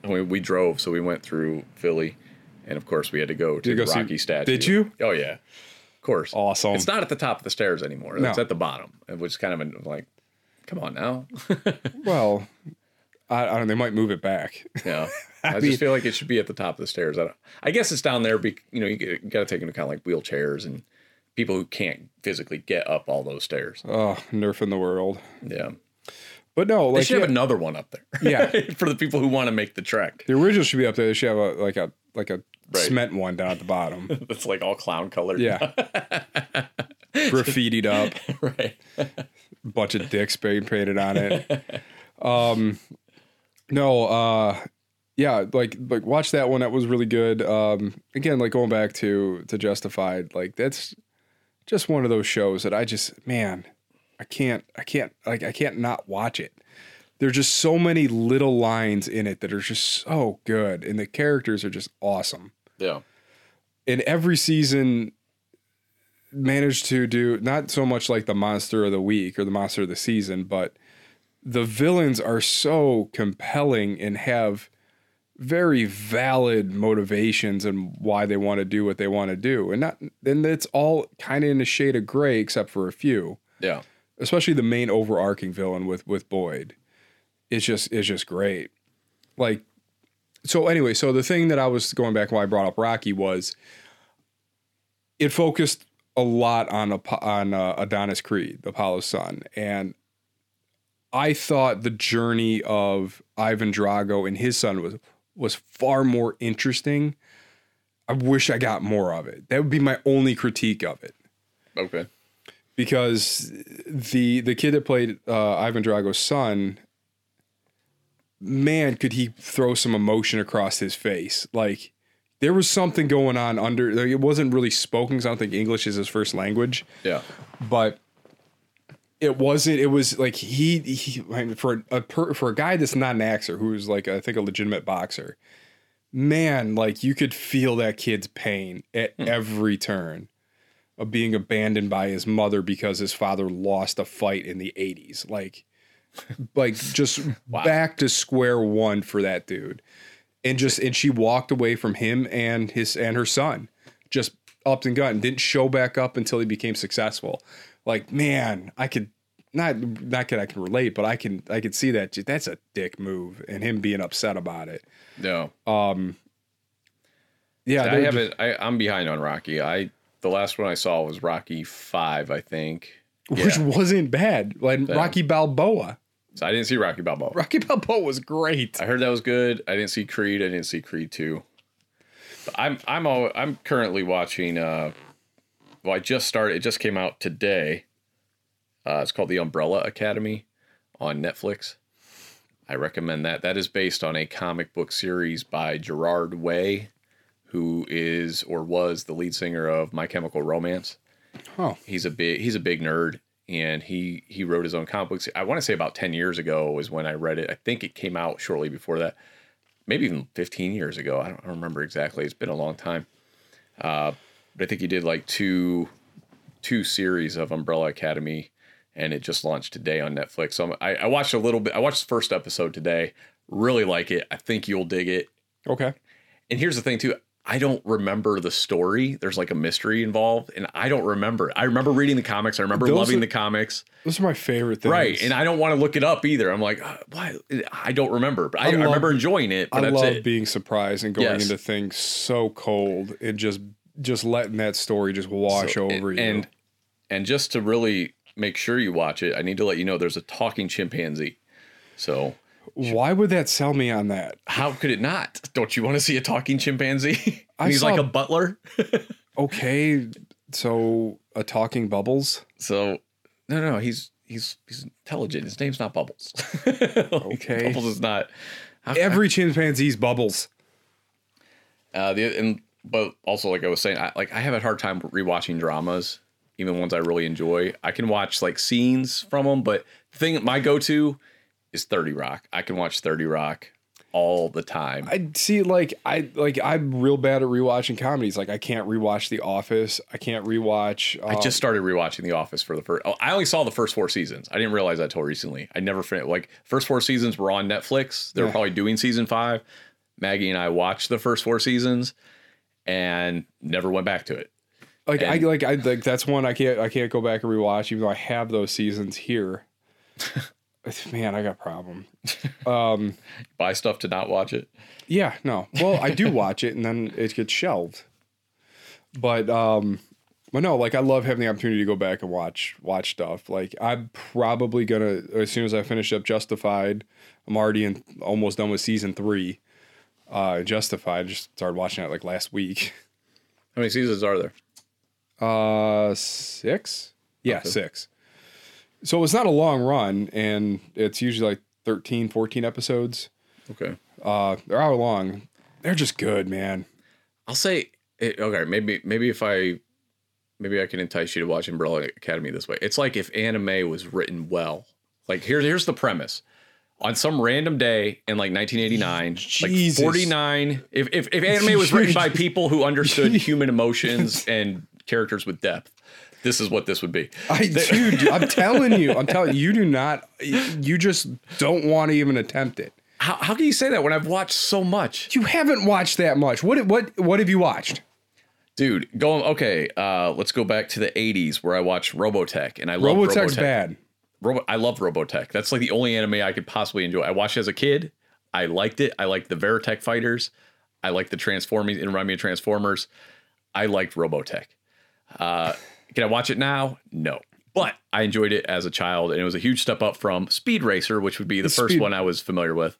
A: and we we drove, so we went through Philly, and of course we had to go to
B: you
A: the
B: go see-
A: Rocky statue.
B: did you?
A: Oh yeah, of course.
B: Awesome.
A: It's not at the top of the stairs anymore.
B: No.
A: It's at the bottom, which is kind of an- like, come on now.
B: Well, I, I don't. They might move it back.
A: Yeah. I,
B: mean-
A: just feel like it should be at the top of the stairs. I, don't, I guess it's down there. Be, you know, you, g- you got to take into account like wheelchairs and people who can't physically get up all those stairs.
B: Oh, nerf in the world.
A: Yeah.
B: But no,
A: They
B: like
A: should
B: yeah,
A: have another one up there.
B: Yeah.
A: For the people who want to make the trek.
B: the original should be up there. They should have a like a like a
A: Right.
B: cement one down at the bottom.
A: That's like all clown colored.
B: Yeah. Graffitied up,
A: right.
B: bunch of dicks being painted on it. Um, no, uh, yeah, like like watch that one. That was really good. Um, again, like going back to to Justified, like that's just one of those shows that I just man, I can't I can't like I can't not watch it. There's just so many little lines in it that are just so good, and the characters are just awesome.
A: Yeah.
B: And every season managed to do not so much like the monster of the week or the monster of the season, but the villains are so compelling and have very valid motivations and why they want to do what they want to do, and not and it's all kind of in a shade of gray except for a few,
A: Yeah.
B: especially the main overarching villain with with Boyd. It's just it's just great, like. So anyway, so the thing that I was going back why I brought up Rocky was it focused a lot on Ap- on uh, Adonis Creed, Apollo's son, and I thought the journey of Ivan Drago and his son was was far more interesting. I wish I got more of it. That would be my only critique of it
A: Okay.
B: because the the kid that played uh, Ivan Drago's son, man, could he throw some emotion across his face? Like there was something going on under. Like, it wasn't really spoken. 'cause I don't think English is his first language,
A: Yeah.
B: but it wasn't. It was like he, he I mean, for a per, for a guy that's not an actor who's like I think a legitimate boxer. Man, like you could feel that kid's pain at every turn of being abandoned by his mother because his father lost a fight in the 80s like like just back to square one for that dude and just and she walked away from him and his and her son just upped and gun didn't show back up until he became successful like man i could not not that i can relate but i can i could see that that's a dick move and him being upset about it
A: Yeah.
B: yeah
A: I
B: they're just-
A: haven't. I, I'm behind on Rocky. I the last one I saw was Rocky Five, I think.
B: which
A: Yeah.
B: wasn't bad like rocky balboa
A: So I didn't see Rocky Balboa.
B: rocky balboa was great
A: I heard that was good. I didn't see Creed. I didn't see Creed two. But I'm I'm all, I'm currently watching. Uh, well, I just started. It just came out today. Uh, it's called The Umbrella Academy on Netflix. I recommend that. That is based on a comic book series by Gerard Way, who is or was the lead singer of My Chemical Romance
B: oh
A: he's a big he's a big nerd and he he wrote his own comic books i want to say about 10 years ago is when i read it i think it came out shortly before that maybe even 15 years ago i don't, I don't remember exactly it's been a long time uh, but i think he did like two two series of umbrella academy and it just launched today on netflix so I'm, I, I watched a little bit i watched the first episode today really like it i think you'll dig it
B: okay
A: and here's the thing too i don't remember the story there's like a mystery involved and i don't remember it. i remember reading the comics i remember
B: Those
A: loving
B: are-
A: the comics
B: Those are my favorite things.
A: right and i don't want to look it up either i'm like uh, why i don't remember but i, I
B: love-
A: remember enjoying it but
B: I
A: that's
B: love
A: it
B: being surprised and going
A: Yes.
B: into things so cold and just just letting that story just wash over you.
A: and and just to really make sure you watch it i need to let you know there's a talking chimpanzee so
B: why would that sell me on that?
A: how could it not don't you want to see a talking chimpanzee
B: I
A: and he's like
B: saw-
A: a butler
B: Okay, so a talking bubbles.
A: So no, no, he's he's he's intelligent. His name's not Bubbles.
B: Okay.
A: Bubbles is not. How-
B: Every chimpanzee's bubbles.
A: uh, the and but also like I was saying, I, like I have a hard time rewatching dramas, even ones I really enjoy. I can watch like scenes from them, but the thing my go to is Thirty Rock. I can watch Thirty Rock all the time.
B: I see. Like I like I'm real bad at rewatching comedies. Like I can't rewatch The Office. I can't rewatch. Uh,
A: I just started rewatching The Office for the first. Oh, I only saw the first four seasons. I didn't realize that till recently. I never finished. Like first four seasons were on Netflix. They were
B: Yeah.
A: probably doing season five. Maggie and I watched the first four seasons, and never went back to it.
B: like I
A: and-
B: like I like that's one I can't I can't go back and rewatch even though I have those seasons here. Man, I got a problem. Um,
A: Buy stuff to not watch it.
B: Yeah, no. Well, I do watch it and then it gets shelved. But um but no, like I love having the opportunity to go back and watch watch stuff. Like I'm probably gonna as soon as I finish up Justified, I'm already in almost done with season three. Uh Justified, just started watching it like last week.
A: How many seasons are there?
B: Uh six? Yeah,
A: Okay.
B: six. So it's not a long run and it's usually like 13, 14 episodes.
A: Okay,
B: Uh they're hour long. They're just good, man.
A: I'll say it, okay. Maybe maybe if I maybe I can entice you to watch Umbrella Academy this way. It's like if anime was written well. Like here, here's the premise. On some random day in like 1989,
B: Jesus.
A: like 49. If, if, if anime was written by people who understood human emotions and characters with depth, this is what this would be.
B: I do. dude, I'm telling you. I'm telling you. You do not. You just don't want to even attempt it.
A: How, how can you say that when I've watched so much,
B: You haven't watched that much. What what what have you watched?
A: dude? Going okay. Uh, let's go back to the '80s where I watched Robotech, and I love
B: Robotech's
A: Robotech.
B: bad.
A: Robo- I love Robotech. That's like the only anime I could possibly enjoy. I watched it as a kid. I liked it. I liked the Veritech fighters. I liked the Transformers. It reminded me of Transformers. I liked Robotech. Uh, can I watch it now? No. But I enjoyed it as a child, and it was a huge step up from Speed Racer, which would be the first
B: Speed-
A: one I was familiar with.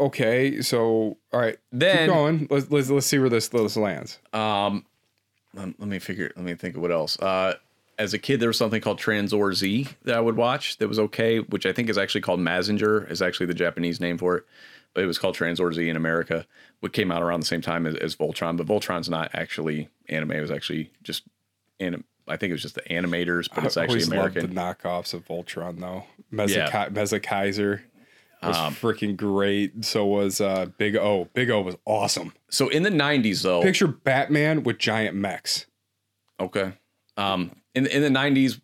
B: Okay, so all right,
A: Then-
B: keep going. Let's, let's let's see where this this lands.
A: Um, let me figure. Let me think of what else. Uh, as a kid, there was something called Transor Z that I would watch that was okay, which I think is actually called Mazinger, is actually the Japanese name for it. But it was called Transor Z in America, which came out around the same time as, as Voltron. But Voltron's not actually anime, it was actually just, anim- I think it was just the animators, but Oh, it's
B: I
A: actually
B: always loved
A: American.
B: the knockoffs of Voltron though.
A: Yeah. Um,
B: Mezaki- Mezakaiser was freaking great. So was uh, Big O. Big O was awesome.
A: So in the 90s, though.
B: Picture Batman with giant mechs.
A: Okay. Um, in in the nineties,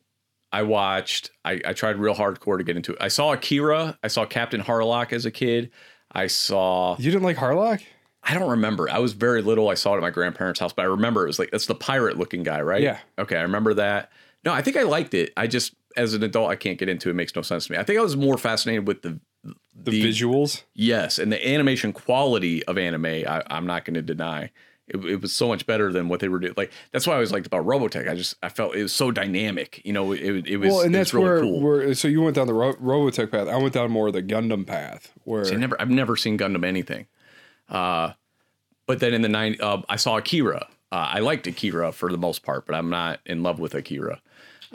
A: I watched. I, I tried real hardcore to get into it. I saw Akira. I saw Captain Harlock as a kid. I saw.
B: You didn't like Harlock?
A: I don't remember. I was very little. I saw it at my grandparents' house, but I remember it was like that's the pirate looking guy, right?
B: Yeah.
A: Okay, I remember that. No, I think I liked it. I just as an adult, I can't get into it. It makes no sense to me. I think I was more fascinated with the
B: The,
A: The-
B: visuals.
A: yes and the animation quality of anime. I, I'm not going to deny. It, it was so much better than what they were doing. Like that's why I always liked about Robotech. I just I felt it was so dynamic. You know, it, it was
B: Well, and
A: it
B: that's
A: was really
B: where,
A: cool.
B: where so you went down the Ro- Robotech path. I went down more the Gundam path. Where
A: I never I've never seen Gundam anything. Uh, but then in the nine, uh, I saw Akira. Uh, I liked Akira for the most part, but I'm not in love with Akira.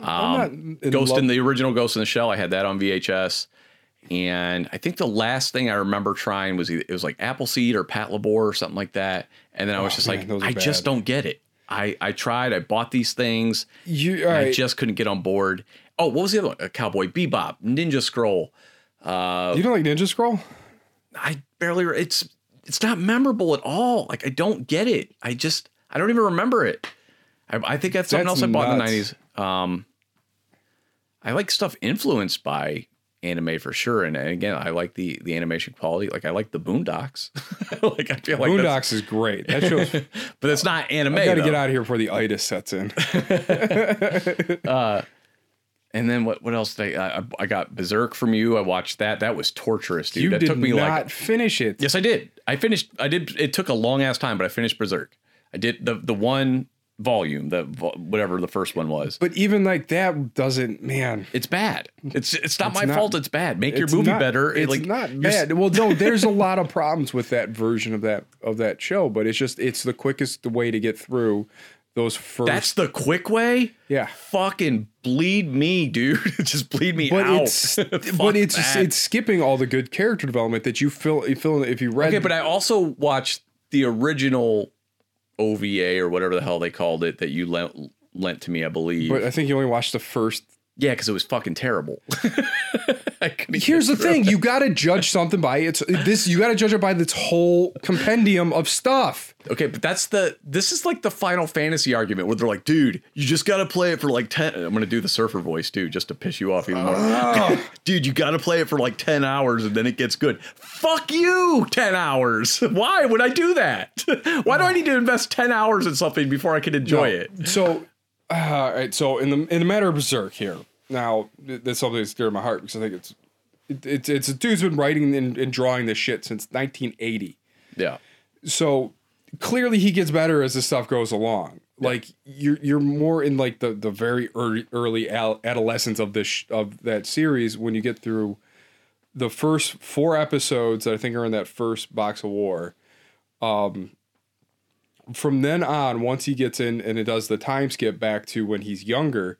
B: I'm not in
A: um, Ghost
B: love-
A: in the original Ghost in the Shell. I had that on VHS, and I think the last thing I remember trying was either, it was like Appleseed or Pat Labor or something like that. And then I was just
B: Oh, man,
A: like,
B: those are
A: I just
B: bad.
A: don't get it. I I tried. I bought these things.
B: you all
A: I
B: right,
A: just couldn't get on board. Oh, what was the other one? Uh, Cowboy Bebop, Ninja Scroll. Uh,
B: you don't like Ninja Scroll?
A: I barely. re- It's it's not memorable at all. Like I don't get it. I just I don't even remember it. I, I think that's something
B: That's
A: else I bought in
B: nuts.
A: the '90s. Um, I like stuff influenced by anime for sure, and, and again, I like the the animation quality. Like I like the Boondocks. like I feel like that's-
B: Boondocks is great. That show's
A: but it's not anime.
B: I gotta
A: though.
B: get out of here before the itis sets in.
A: And then what? What else? Did I, I I got Berserk from you. I watched that. That was torturous, dude.
B: you
A: that
B: did
A: took me
B: not
A: like
B: finish it.
A: Yes, I did. I finished. I did. It took a long ass time, but I finished Berserk. I did the the one volume, the vo- whatever the first one was.
B: But even like that doesn't, man.
A: It's bad. It's it's not my
B: not-
A: fault. It's bad. Make your
B: it's
A: movie
B: not-
A: better. It,
B: It's
A: like,
B: not
A: you're s-
B: bad. Well, no, there's a lot of problems with that version of that of that show, but it's just it's the quickest way to get through those first.
A: That's the quick way.
B: Yeah.
A: Fucking bleed me, dude. Just bleed me
B: but
A: out.
B: it's
A: Fuck
B: but it's just-
A: that.
B: it's skipping all the good character development that you feel you feel if you read.
A: Okay, but I also watched the original OVA or whatever the hell they called it that you lent lent to me, I believe.
B: but I think you only watched the first
A: yeah, because it was fucking terrible. I couldn't
B: Here's the thing: you got to judge something by its this. You got to judge it by this whole compendium of stuff.
A: Okay, but that's the this is like the Final Fantasy argument where they're like, dude, you just gotta play it for like ten. I'm gonna do the surfer voice too, just to piss you off even more. dude, you gotta play it for like ten hours and then it gets good. Fuck you, ten hours. Why would I do that? Why do I need to invest ten hours in something before I can enjoy it?
B: So, uh, all right. So in the in the matter of Berserk here, now th- that's something that's dear to my heart because I think it's it, it's it's a dude's been writing and, and drawing this shit since 1980.
A: Yeah.
B: So clearly he gets better as this stuff goes along. Like you're you're more in like the the very early early al- adolescence of this sh- of that series when you get through the first four episodes that I think are in that first box of war. Um, from then on, once he gets in and it does the time skip back to when he's younger,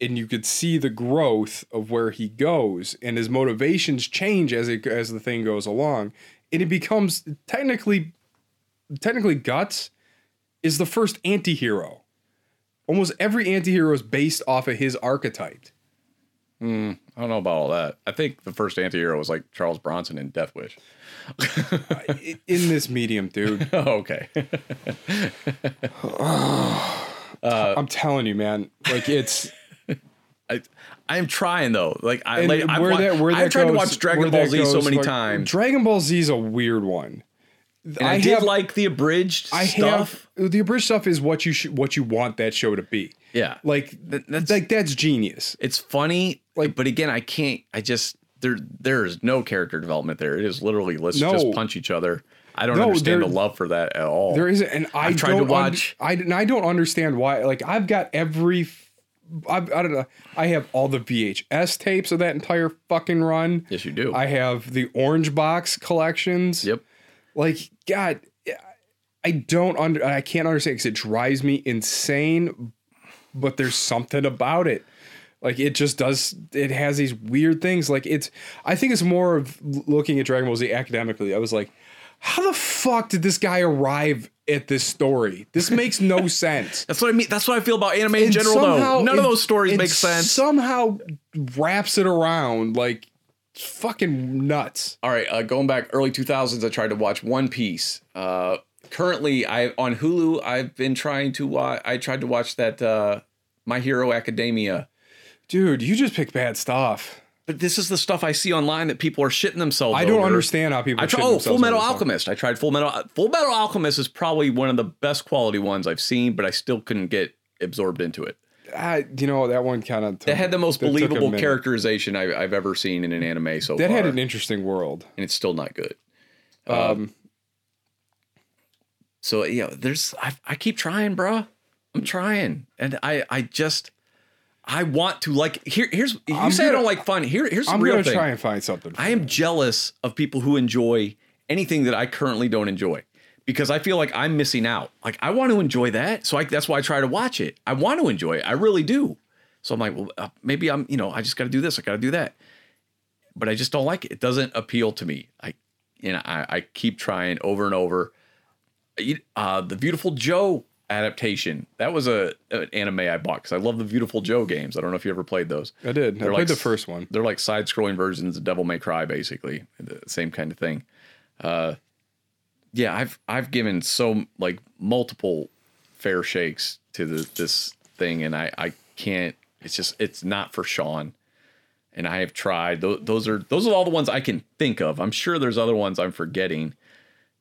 B: and you could see the growth of where he goes, and his motivations change as it as the thing goes along, and it becomes technically technically guts is the first anti-hero almost every anti-hero is based off of his archetype
A: I don't know about all that. I think the first antihero was like Charles Bronson in Death Wish.
B: I- in this medium dude
A: Oh, okay. Uh,
B: i'm telling you man like it's
A: I I'm trying though. Like I
B: And
A: like I've,
B: where
A: wa-
B: that- where that
A: I've tried to
B: goes-
A: watch Dragon
B: where
A: Ball
B: that
A: Z so
B: goes,
A: many
B: like,
A: times.
B: Dragon Ball Z is a weird one.
A: And I, did like the abridged
B: I
A: stuff.
B: have the abridged stuff is what you should what you want that show to be.
A: yeah.
B: Like
A: that's-
B: that's like that's genius.
A: it's funny, like,
B: Like-
A: but again, I can't. I just there. There is no character development there. It is literally let's just
B: No.
A: punch each other. I don't
B: No,
A: understand the
B: there-
A: love for that at all.
B: There isn't, and I
A: I've tried to
B: don't un-
A: watch-
B: I and I don't understand why. Like I've got every, f- I've, I don't know. I have all the VHS tapes of that entire fucking run.
A: yes, you do.
B: I have the orange box collections.
A: yep.
B: Like God, I don't under. I can't understand because it drives me insane. But there's something about it. Like it just does. It has these weird things. Like it's. I think it's more of l- looking at Dragon Ball Z academically. I was like, how the fuck did this guy arrive at this story? This makes no sense.
A: That's what I mean. That's what I feel about anime in
B: And
A: general,
B: somehow
A: though. None
B: it-
A: of those stories
B: it
A: make sense.
B: Somehow wraps it around like fucking nuts.
A: all right, uh, going back early two thousands, I tried to watch One Piece. Uh, currently, I on Hulu. I've been trying to watch. I tried to watch that uh, My Hero Academia.
B: Dude, you just pick bad stuff.
A: But this is the stuff I see online that people are shitting themselves.
B: I don't
A: over.
B: understand how people.
A: I tried,
B: shit
A: oh,
B: themselves
A: Full Metal
B: over stuff.
A: Alchemist. I tried Full Metal. Full Metal Alchemist is probably one of the best quality ones I've seen, but I still couldn't get absorbed into it.
B: I, Ah, you know that one kind of
A: That had the most
B: That took a
A: believable
B: minute.
A: characterization I've, I've ever seen in an anime so
B: that
A: far,
B: had an interesting world.
A: and it's still not good. Uh,
B: Um,
A: So you know, there's I, I keep trying, bruh. I'm trying, and I I just I want to like here. Here's you
B: I'm
A: say I
B: gonna-
A: don't like fun. Here here's the
B: I'm
A: real
B: gonna
A: thing.
B: try and find something.
A: I am jealous of people who enjoy anything that I currently don't enjoy because I feel like I'm missing out. Like I want to enjoy that, so I, that's why I try to watch it. I want to enjoy it. I really do. So I'm like, well, uh, maybe I'm, you know, I just got to do this. I got to do that. But I just don't like it. It doesn't appeal to me. I, you know, I, I keep trying over and over. You- Uh, the Beautiful Joe adaptation. That was a an anime I bought because I love the Beautiful Joe games. I don't know if you ever played those.
B: I did. I
A: They're
B: played
A: like
B: the
A: s-
B: first one.
A: They're like side-scrolling versions of Devil May Cry, basically, the same kind of thing. Uh, yeah, I've I've given so like multiple fair shakes to the, this thing, and I I can't. It's just it's not for Sean. And I have tried. Those, those are those are all the ones I can think of. I'm sure there's other ones I'm forgetting.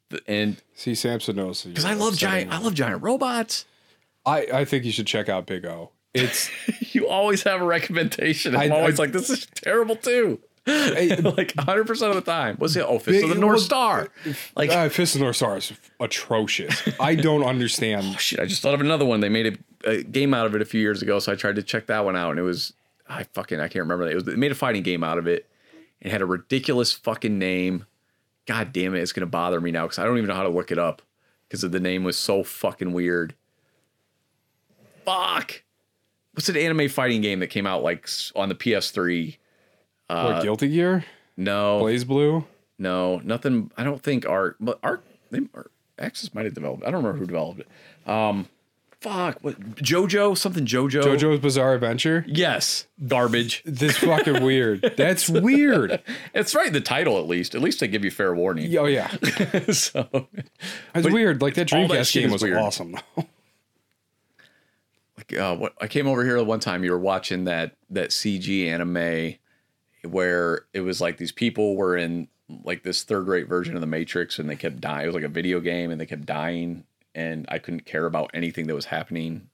A: The- And
B: See, Samson knows
A: because I love giant, I love giant robots.
B: I I think you should check out Big O. It's
A: You always have a recommendation. I'm
B: I-
A: always
B: I-
A: like, this is terrible too.
B: uh,
A: like 100 percent of the time. What's the oh, Fist
B: Big-
A: of the North
B: well,
A: Star? Like,
B: uh, Fist of the North Star is atrocious. I don't understand.
A: oh, shit, I just thought of another one. They made a, a game out of it a few years ago, so I tried to check that one out, and it was I fucking I can't remember. It was they made a fighting game out of it. It had a ridiculous fucking name. God damn it, it's gonna bother me now because I don't even know how to look it up because the name was so fucking weird. Fuck. What's an anime fighting game that came out like s- on the PS3? Uh,
B: What, Guilty Gear,
A: No,
B: Blaze Blue.
A: No, nothing. I don't think Arc, but Arc, they, Arc Axis might have developed. I don't remember who developed it. Um, fuck, what JoJo something JoJo.
B: JoJo's Bizarre Adventure.
A: Yes, garbage.
B: This fucking weird. That's weird.
A: It's right. in The title, at least, at least they give you fair warning.
B: Oh yeah,
A: so,
B: that's
A: But
B: weird. Like that
A: all
B: Dreamcast
A: that shit
B: game
A: is
B: was
A: weird.
B: awesome. though.
A: like, uh, what I came over here one time, you were watching that that CG anime where it was like these people were in like this third rate version of the Matrix, and they kept dying. It was like a video game, and they kept dying, and I couldn't care about anything that was happening.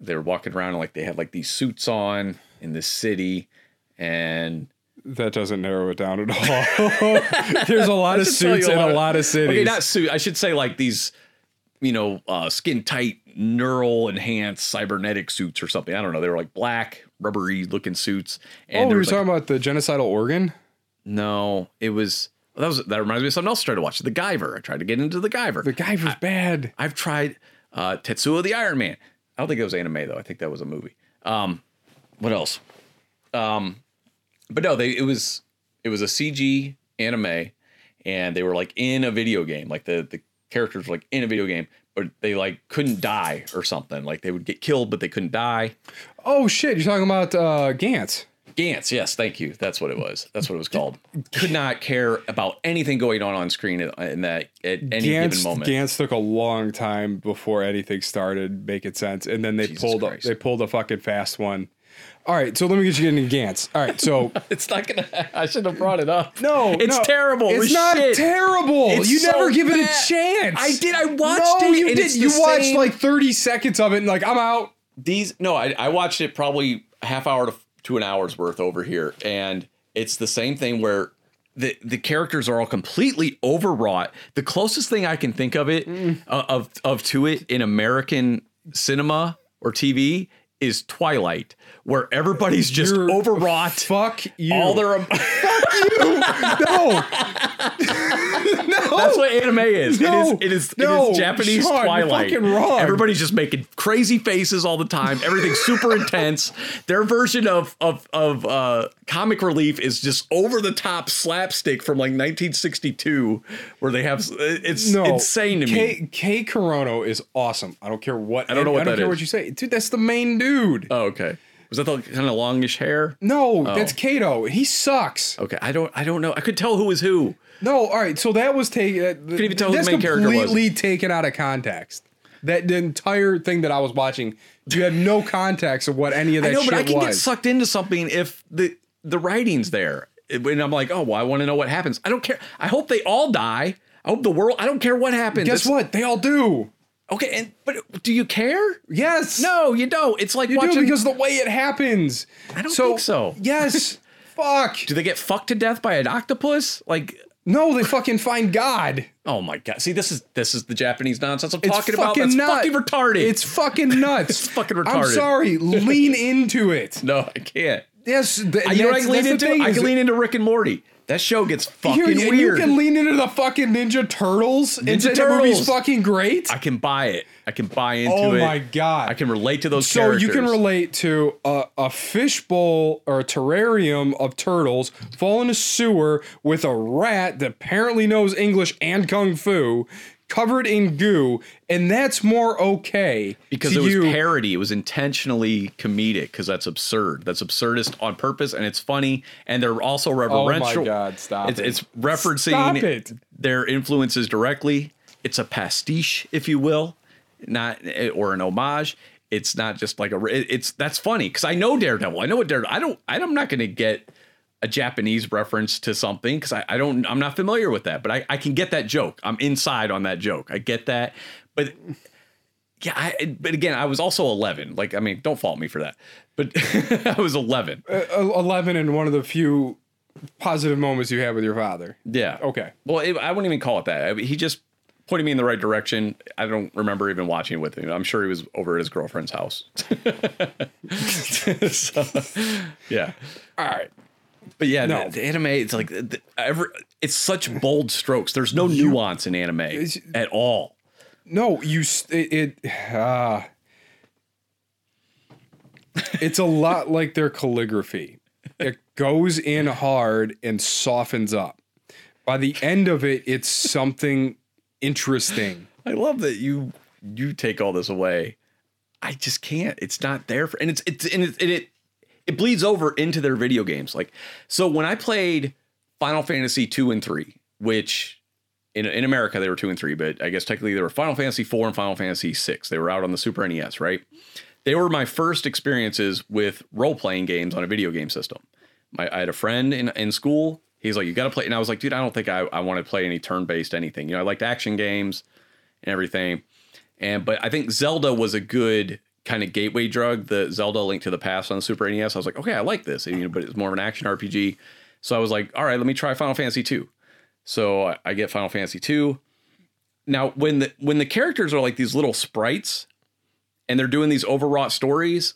A: they were walking around and like they had like these suits on in this city and
B: That doesn't narrow it down at all. There's a lot of
A: should tell you
B: suits
A: a
B: in
A: lot
B: a
A: of-
B: lot of cities.
A: okay not suit i should say like these you know uh, skin tight neural enhanced cybernetic suits or something i don't know they were like black rubbery looking suits and
B: oh, we
A: there
B: were
A: was, like,
B: talking about the genocidal organ.
A: no it was that was that reminds me of something else i tried to watch the Guyver. i tried to get into the Guyver.
B: The guy was bad.
A: I've tried uh, Tetsuo the Iron Man. I don't think it was anime though. I think that was a movie. Um, what else? Um, but no, they it was it was a CG anime, and they were like in a video game. Like the the characters were like in a video game, but they like couldn't die or something. Like they would get killed, but they couldn't die.
B: Oh shit, you're talking about uh, Gantz.
A: Gantz, yes, thank you. That's what it was. That's what it was called. Could not care about anything going on on screen in- in that at any given
B: Gantz,
A: moment.
B: Gantz took a long time before anything started making sense, and then they
A: Jesus
B: pulled a,
A: Christ.
B: they pulled a fucking fast one. All right, so let me get you into Gantz. All right, so
A: It's not gonna. I shouldn't have brought it up.
B: no,
A: it's
B: no,
A: terrible.
B: It's
A: We're
B: not
A: shit.
B: terrible.
A: It's
B: you
A: so
B: never give it
A: bad.
B: a chance.
A: I did. I watched
B: No,
A: it.
B: you
A: and
B: did.
A: it's
B: You
A: the
B: watched
A: same-
B: like thirty seconds of it, and like I'm out.
A: these. No, I, I watched it probably a half hour to, to an hour's worth over here, and it's the same thing where the the characters are all completely overwrought. The closest thing I can think of it uh, of of to it in American cinema or TV is Twilight, where everybody's just
B: You're-
A: overwrought.
B: Fuck you.
A: all their
B: no, no.
A: That's what anime is. it
B: No.
A: is it is, it
B: No,
A: is Japanese
B: Sean, you're
A: Twilight.
B: fucking wrong.
A: Everybody's just making crazy faces all the time. Everything's super intense. Their version of of of uh, comic relief is just over the top slapstick from like 1962, where they have it's
B: no.
A: insane to me.
B: K, K Corono is awesome. I don't care what. I
A: don't know what
B: I don't
A: that
B: care
A: is.
B: what you say, dude. That's the main dude.
A: Oh, okay. Was that the kind of longish hair?
B: no, that's Kato. He sucks.
A: Okay, I don't I don't know. I could tell who was who.
B: No, all right. So that was taken. That, Could
A: even tell who the main character was.
B: completely taken out of context. That the entire thing that I was watching, you had no context of what any of that
A: I know,
B: shit
A: but I can get
B: was.
A: sucked into something if the the writing's there, It- and I'm like, oh, well, I want to know what happens. I don't care. I hope they all die. I hope the world. I don't care what happens. It's-
B: Guess what? They all do.
A: Okay, and but do you care?
B: Yes.
A: No, you don't. It's like
B: You
A: watching.
B: do because the way it happens.
A: I don't think so.
B: Yes. Fuck.
A: do they get fucked to death by an octopus? Like,
B: No, they fucking find God.
A: oh my god! See, this is this is the Japanese nonsense I'm
B: It's
A: talking about.
B: fucking
A: That's
B: nut.
A: fucking retarded.
B: It's fucking nuts. it's
A: fucking
B: I'm
A: retarded.
B: sorry. Lean into it.
A: no, I can't.
B: Yes. th-
A: You know what I
B: that's-
A: can lean
B: that's the
A: into?
B: thing
A: I
B: is-
A: can lean into Rick and Morty. That show gets fucking
B: Here, and you
A: weird.
B: can lean into the fucking Ninja Turtles. and say the
A: Turtles.
B: movie's fucking great.
A: I can buy it. I can buy into
B: oh
A: it.
B: my god.
A: I can relate to those
B: so
A: characters.
B: you can relate to a, a fishbowl or a terrarium of turtles fall in a sewer with a rat that apparently knows English and kung fu, covered in goo, and that's more okay
A: because
B: to
A: it was
B: you.
A: parody. It was intentionally comedic because that's absurd. That's absurdist on purpose, and it's funny. And they're also reverential.
B: Oh God, stop
A: It's,
B: it.
A: it's referencing
B: Stop it.
A: their influences directly. It's a pastiche, if you will, not eh, or an homage. It's not just like a. it- It's that's funny because I know Daredevil. I know what Daredevil. I don't. I'm not going to get a Japanese reference to something because I, I don't. I'm not familiar with that, but I, I can get that joke. I'm inside on that joke. I get that, but yeah, I, but again, I was also 11. Like, I mean, don't fault me for that. But I was 11.
B: Uh, Eleven and one of the few positive moments you had with your father.
A: Yeah.
B: Okay.
A: Well, it, I wouldn't even call it that. I mean, he just pointed me in the right direction. I don't remember even watching it with him. I'm sure he was over at his girlfriend's house. So, yeah.
B: All right.
A: But yeah,
B: No.
A: the, the anime, it's like the, the- every, it's such bold strokes. There's no nuance in anime at all.
B: No, you. s- It. it uh, it's a lot like their calligraphy. It goes in hard and softens up. By the end of it, it's something interesting.
A: I love that you you take all this away. I just can't. It's not there for, and it's it's and it, and it it bleeds over into their video games. Like so, when I played Final Fantasy two and three, which in in America they were two and three, but I guess technically they were Final Fantasy four and Final Fantasy six. They were out on the Super NES, right? They were my first experiences with role playing games on a video game system. My, I had a friend in, in school. He's like, you got to play. And I was like, dude, I don't think I, I want to play any turn based anything. You know, I liked action games and everything. And but I think Zelda was a good kind of gateway drug. The Zelda Link to the Past on the Super NES. I was like, okay, I like this. And, you know, but it's more of an action RPG. So I was like, all right, let me try Final Fantasy two. So I- I get Final Fantasy two. Now when the when the characters are like these little sprites, and they're doing these overwrought stories,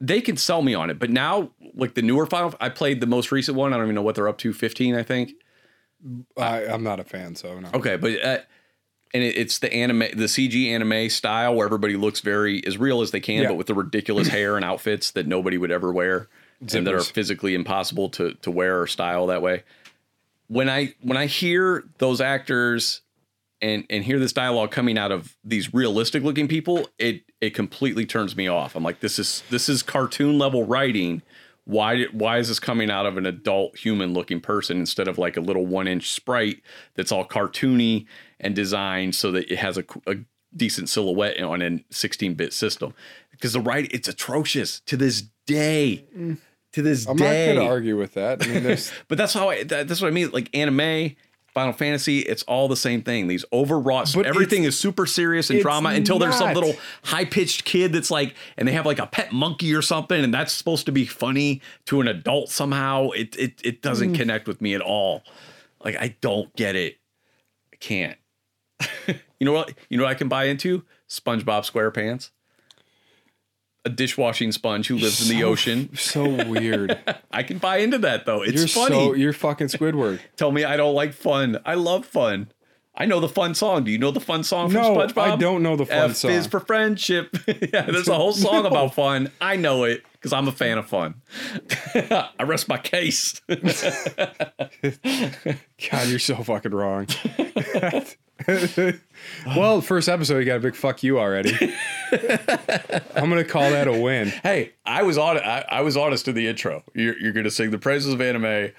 A: they can sell me on it. But now like the newer Final, I played the most recent one. I don't even know what they're up to. Fifteen, I think.
B: I, I'm not a fan, so no.
A: Okay, but uh, and it, it's the anime, the CG anime style where everybody looks very as real as they can,
B: Yeah.
A: but with the ridiculous hair and outfits that nobody would ever wear, and that are
B: Zippers.
A: physically impossible to to wear or style that way. When I when I hear those actors and and hear this dialogue coming out of these realistic looking people, it it completely turns me off. I'm like, this is this is cartoon level writing. Why did- why is this coming out of an adult human looking person instead of like a little one inch sprite that's all cartoony and designed so that it has a, c- a decent silhouette on a 16 bit system? Because the writing it's atrocious to this day. To this
B: I'm
A: day,
B: not going to argue with that. I mean, there's
A: but that's how I. That, that's what I mean. Like anime, Final Fantasy, it's all the same thing. These overwrought.
B: But
A: everything is super serious and
B: it's
A: drama until there's some
B: not.
A: little high pitched kid that's like, and they have like a pet monkey or something, and that's supposed to be funny to an adult somehow. It it it doesn't
B: Mm.
A: connect with me at all. Like I don't get it. I can't. you know what? You know what I can buy into? SpongeBob SquarePants. A dishwashing sponge who lives in the
B: so-
A: ocean.
B: so weird.
A: I can buy into that though. It's
B: You're
A: funny
B: so you're fucking Squidward.
A: tell me I don't like fun. I love fun. I know the fun song. Do you know the fun song from
B: No,
A: SpongeBob?
B: I don't know the fun
A: F
B: song.
A: is for friendship. yeah, there's a whole song about fun. I know it because I'm a fan of fun. I rest my case.
B: God, you're so fucking wrong. well, first episode, you got a big fuck you already. I'm gonna call that a win.
A: hey, I was on. I, I was honest in the intro. You're, you're gonna sing the praises of anime.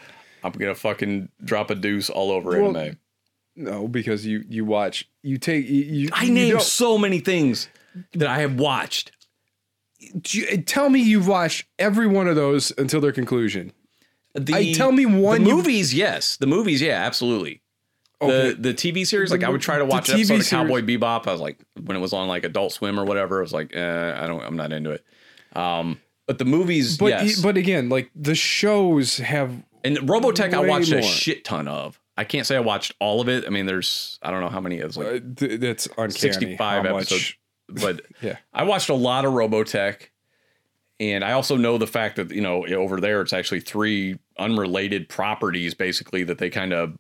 A: I'm gonna fuking drop a deuce all over
B: Well,
A: anime.
B: No, because you you watch you take you. you
A: I
B: you
A: named
B: don't-
A: so many things that I have watched.
B: Do you- eh, tell me you've watched every one of those until their conclusion.
A: The,
B: I- tell me one
A: The
B: you-
A: movies, yes. The movies, yeah, absolutely.
B: Okay.
A: The the TV series, like I would try to
B: The
A: watch an
B: TV
A: episode of
B: series-
A: Cowboy Bebop. I was like, when it was on like Adult Swim or whatever, I was like, eh, I don't, I'm not into it. Um, but the movies,
B: but
A: yes.
B: but again, like the shows have
A: and Robotech, I
B: way
A: watched a
B: more.
A: shit ton of. I can't say I watched all of it. I mean, there's, I don't know how many. It was like
B: uh, th- that's uncanny.
A: 65
B: how
A: episodes. but
B: Yeah.
A: I watched a lot of Robotech, and I also know the fact that you know over there it's actually three unrelated properties basically that they kind of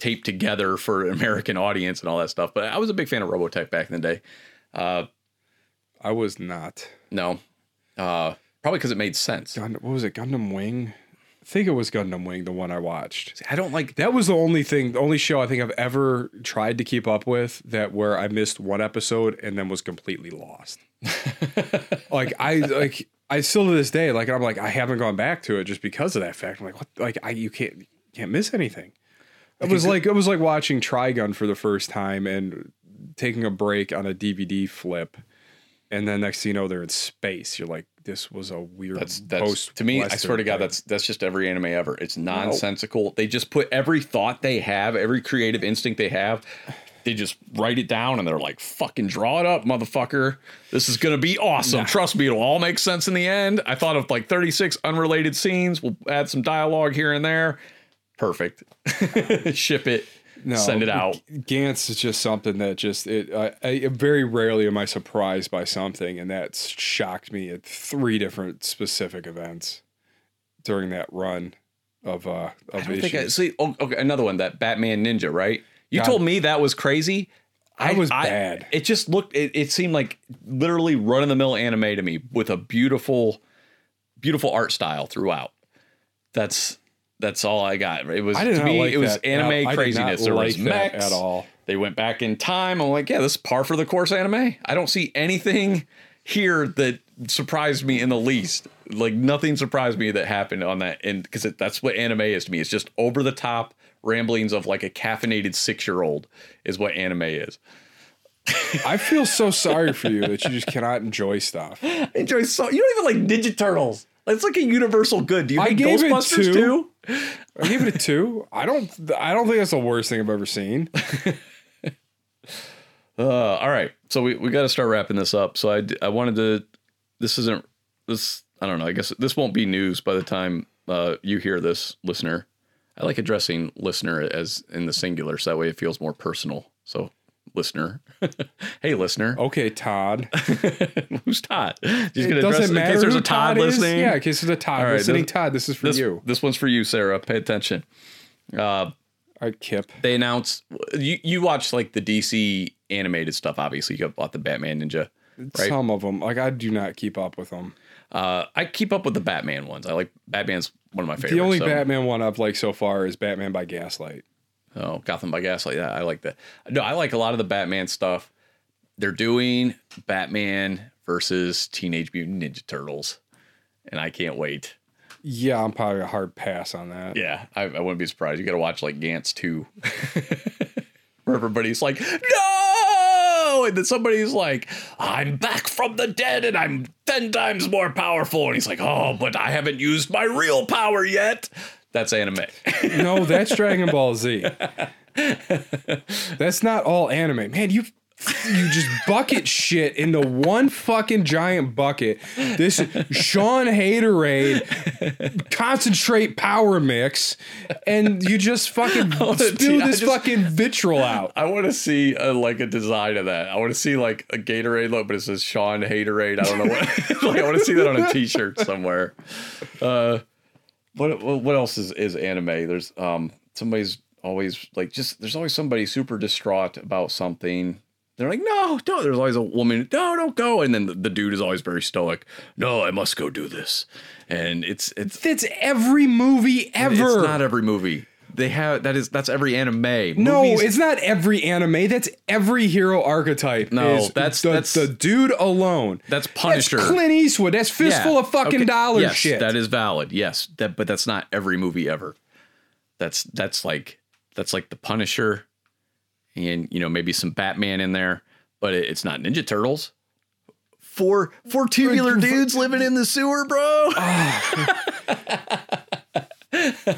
A: tape together for an American audience and all that stuff. But I was a big fan of Robotech back in the day. Uh,
B: I was not.
A: no, uh, probably because it made sense.
B: Gund- what was it? Gundam Wing. I think it was Gundam Wing, the one I watched.
A: I don't like
B: That was the only thing, the only show I think I've ever tried to keep up with that where I missed one episode and then was completely lost. like I like I still to this day like I'm like I haven't gone back to it just because of that fact. I'm like what like I you can't you can't miss anything. It was like it was like watching Trigun for the first time and taking a break on a DVD flip. And then next thing you know, they're in space. You're like, this was a weird.
A: That's that's to me. I swear to God,
B: post-Western
A: that's that's just every anime ever. It's nonsensical. They just put every thought they have, every creative instinct they have. They just write it down and they're like, "Fucking draw it up, motherfucker! This is gonna be awesome. Trust me, it'll all make sense in the end." I thought of like 36 unrelated scenes. We'll add some dialogue here and there. Perfect. Ship it.
B: No,
A: Send it out.
B: G- Gantz is just something that just it. I, I very rarely am I surprised by something, and that shocked me at three different specific events during that run of uh
A: I
B: of
A: don't think I
B: issues.
A: see. Oh, okay, another one. That Batman Ninja, right? You
B: God.
A: told me that was crazy.
B: That was bad.
A: It just looked. It, it seemed like literally run of the mill anime to me with a beautiful, beautiful art style throughout. That's that's all I got. It was
B: I,
A: to
B: did not
A: me.
B: like
A: it was
B: that. I- I did
A: anime
B: not
A: craziness. There
B: like
A: was
B: that
A: mechs
B: at all.
A: They went back in time. I'm like, yeah, this is par for the course anime. I don't see anything here that surprised me in the least. Like nothing surprised me that happened on that, and because that's what anime is to me. It's just over the top ramblings of like a caffeinated six year old is what anime is.
B: I feel so sorry for you that you just cannot enjoy stuff.
A: I enjoy so you don't even like Ninja Turtles. It's like a universal good. Do you
B: I
A: hate
B: gave it
A: Ghostbusters
B: two.
A: too?
B: I gave it a two. I don't. I don't think that's the worst thing I've ever seen.
A: Uh, all right, so we, we got to start wrapping this up. So I, d- I wanted to. This isn't this. I don't know. I guess this won't be news by the time uh, you hear this, listener. I like addressing listener as in the singular, so that way it feels more personal. So listener, hey listener,
B: Okay, Todd.
A: who's Todd? He's
B: Oh. it
A: gonna address
B: doesn't
A: in
B: matter.
A: case there's
B: who
A: a Todd,
B: is.
A: listening.
B: Yeah, in case there's a Todd
A: All right,
B: listening.
A: this-
B: Todd, this is for
A: this,
B: you.
A: this one's for you, Sarah. Pay attention. Uh,
B: All right, Kip.
A: they announced you you watch like the DC animated stuff. Obviously, you bought the Batman Ninja. Right.
B: Some of them, like I do not keep up with them.
A: Uh, I keep up with the Batman ones. I like Batman's one of my favorites.
B: The only
A: so-
B: Batman one I've liked so far is Batman by Gaslight.
A: Oh, Gotham by Gaslight. Yeah, I like that. No, I like a lot of the Batman stuff. They're doing Batman versus Teenage Mutant Ninja Turtles, and I can't wait.
B: Yeah, I'm probably a hard pass on that.
A: Yeah, I, I wouldn't be surprised. You got to watch like Gantz too, where everybody's like, "No!" annoyed that somebody's like, I'm back from the dead and I'm 10 times more powerful. And he's like, oh, but I haven't used my real power yet. That's anime.
B: No, that's Dragon Ball Z. That's not all anime. Man, you you just bucket shit into one fucking giant bucket. This Sean Haterade concentrate power mix, and you just fucking
A: wanna
B: spew
A: see- Oh, I
B: this
A: just-
B: fucking vitriol out.
A: I want to see a, like a design of that. I want to see like a Gatorade look, but it says Sean Haterade. I don't know what. like I want to see that on a T-shirt somewhere. Uh, what what what else is is anime? There's um somebody's always like just there's always somebody super distraught about something. They're like, no, don't. There's always a woman. No, don't go. And then the, the dude is always very stoic. No, I must go do this. And it's it's
B: That's every movie ever.
A: it's not every movie. They have that is that's every anime.
B: No,
A: Movies-
B: it's not every anime. That's every hero archetype.
A: No,
B: is
A: that's-
B: the,
A: that's-
B: the dude alone.
A: That's Punisher.
B: That's Clint Eastwood. That's fistful
A: Yeah.
B: of fucking
A: Okay.
B: dollar
A: yes,
B: shit.
A: That is valid. Yes, that but that's not every movie ever. That's that's like that's like the Punisher, and you know maybe some Batman in there, but it, it's not Ninja Turtles. Four four tubular dudes living in the sewer, bro.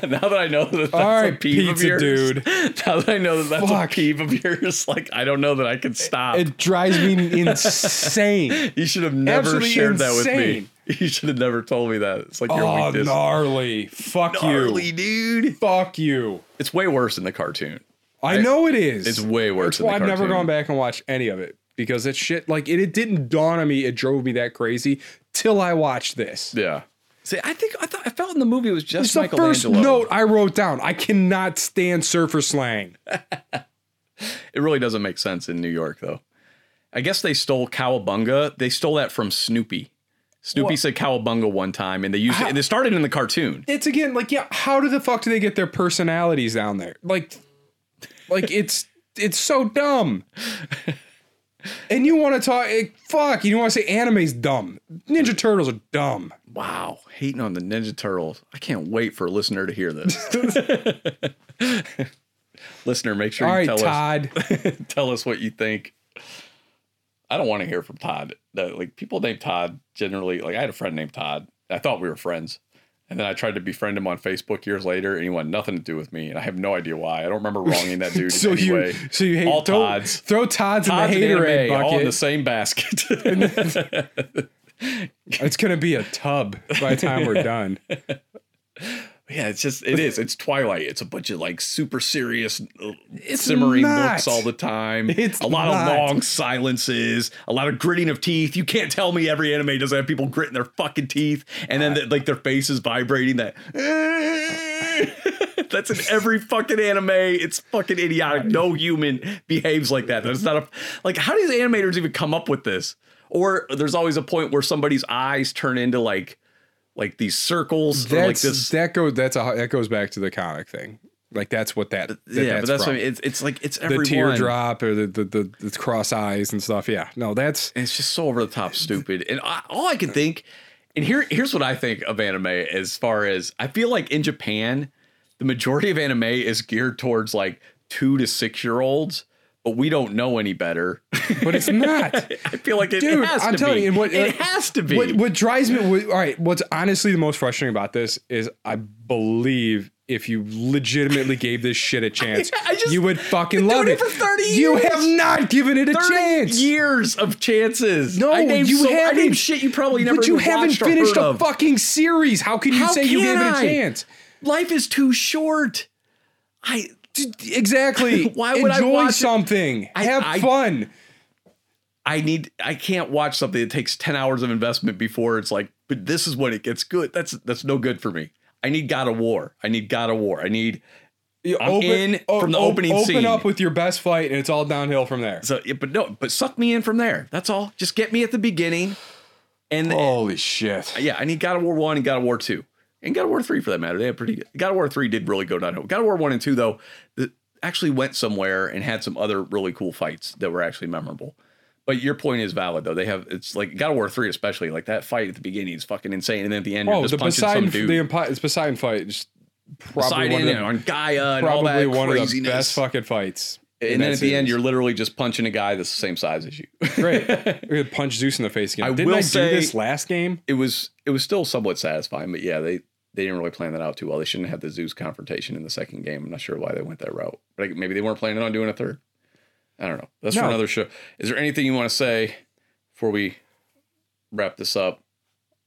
A: now that I know that that's
B: all
A: a
B: right,
A: peeve of
B: pizza
A: yours,
B: dude.
A: Now that I know that that's
B: Fuck.
A: a peeve of yours, like I don't know that I can stop.
B: It drives me insane.
A: you should have never
B: absolutely
A: shared that with me.
B: insane.
A: You should have never told me that. It's like your
B: oh,
A: weakness.
B: gnarly. Fuck
A: Gnarly,
B: you.
A: dude.
B: Fuck you.
A: It's way worse in the cartoon.
B: I, know it is.
A: It's way worse.
B: Well,
A: in
B: I've
A: the
B: never
A: cartoon.
B: gone back and watched any of it because that shit, like, it, it didn't dawn on me. It drove me that crazy till I watched this.
A: Yeah. See, I think I thought I felt in the movie it was just
B: It's the first
A: Michelangelo.
B: note I wrote down. I cannot stand surfer slang.
A: It really doesn't make sense in New York though. I guess they stole Cowabunga. They stole that from Snoopy. Snoopy
B: What?
A: said Cowabunga one time, and they used it. And it started in the cartoon.
B: it's again like yeah how do the fuck do they get their personalities down there like like it's it's so dumb and you want to talk like, fuck you want to say anime's dumb ninja turtles are dumb
A: Wow, hating on the Ninja Turtles. I can't wait for a listener to hear this. listener, make sure
B: all
A: you
B: right
A: tell us.
B: todd
A: tell us what you think. I don't want to hear from Todd. That like people named Todd generally like I had a friend named Todd. I thought we were friends. And then I tried to befriend him on Facebook years later and he wanted nothing to do with me. And I have no idea why. I don't remember wronging that dude
B: so
A: in any
B: you
A: way.
B: so you hate
A: All
B: throw,
A: Todd's.
B: throw todd's,
A: Todd's
B: in
A: and
B: the haterade
A: anime all in the
B: bucket
A: same basket.
B: it's gonna be a tub by the time we're done
A: yeah, it's just it is. It's Twilight. It's a bunch of like super serious uh, simmering
B: not.
A: looks all the time.
B: It's
A: a lot
B: not.
A: of long silences, a lot of gritting of teeth. You can't tell me every anime doesn't have people gritting their fucking teeth and
B: Uh.
A: then like their faces vibrating. That that's in every fucking anime. It's fucking idiotic. No human behaves like that. That's not a like. How do these animators even come up with this? Or there's always a point where somebody's eyes turn into like like these circles or
B: that's
A: like this
B: that go that's a that goes back to the comic thing like that's what that, that
A: yeah,
B: that's
A: but that's
B: from.
A: what I mean. It's, it's like it's
B: the
A: everyone.
B: teardrop or the, the the the cross eyes and stuff. Yeah, no, that's
A: And it's just so over the top stupid. And I, all I can think, and here here's what I think of anime as far as I feel like in Japan, the majority of anime is geared towards like two to six year olds, but we don't know any better.
B: but it's not.
A: I feel like it,
B: Dude,
A: has
B: I'm
A: to
B: telling
A: be.
B: you, and what- uh,
A: it has to be.
B: what what drives me what, all right, what's honestly the most frustrating about this is I believe if you legitimately gave this shit a chance,
A: I just-
B: you would fucking
A: been
B: love
A: doing it
B: it.
A: for 30
B: You
A: years.
B: have not given it a
A: 30
B: chance.
A: years of chances.
B: No,
A: I named
B: you
A: so, I
B: haven't.
A: named shit you probably never
B: but you
A: even
B: haven't
A: watched or
B: finished
A: heard
B: a
A: of.
B: fucking series. How can you
A: How
B: say you gave
A: can
B: it a
A: I?
B: chance?
A: Life is too short. I
B: Exactly.
A: Why would I
B: Enjoy
A: watch it?
B: something?
A: I-
B: have
A: I-
B: fun.
A: I need I can't watch something that takes 10 hours of investment before it's like, but this is when it gets good. That's that's no good for me. I need God of War. I need God of War. I need I'm in from the
B: o-
A: opening
B: open
A: scene.
B: up with your best fight, and it's all downhill from there.
A: so yeah, but no, but suck me in from there. That's all. Just get me at the beginning. And
B: Holy shit.
A: yeah, I need God of War 1 and God of War 2. And God of War 3 for that matter. They had pretty good. God of War 3 did really go downhill. God of War 1 and 2 though, th- actually went somewhere and had some other really cool fights that were actually memorable. But your point is valid though. They have it's like God of War 3 especially, like that fight at the beginning is fucking insane and then at the end you're
B: Oh,
A: just
B: the
A: punching some
B: Poseidon,
A: dude.
B: the Impi- the Poseidon fight, is just probably
A: Poseidon
B: one of
A: and
B: the,
A: on Gaia and all
B: probably
A: that
B: one of the
A: craziness.
B: best fucking fights.
A: and then at
B: That's
A: the
B: it.
A: end, you're literally just punching a guy that's the same size as you.
B: Great. We're gonna punch Zeus in the face again.
A: I
B: Didn't
A: will
B: I
A: say-
B: do this last game?
A: it was it was still somewhat satisfying, but yeah, they they didn't really plan that out too well. They shouldn't have the Zeus confrontation in the second game. I'm not sure why they went that route. Like maybe they weren't planning on doing a third. I don't know. That's for
B: No.
A: another show. Is there anything you want to say before we wrap this up?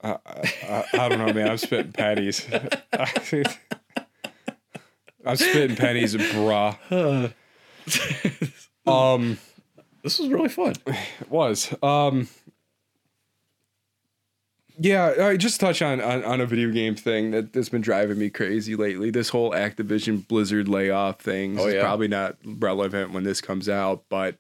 B: I, I, I don't know, man. I'm spitting patties. I'm spitting pennies, bruh. Um,
A: This was really fun.
B: it was. Um, yeah, I just to touch on, on on a video game thing that that's been driving me crazy lately. This whole Activision Blizzard layoff thing
A: Oh,
B: is
A: yeah.
B: probably not relevant when this comes out, but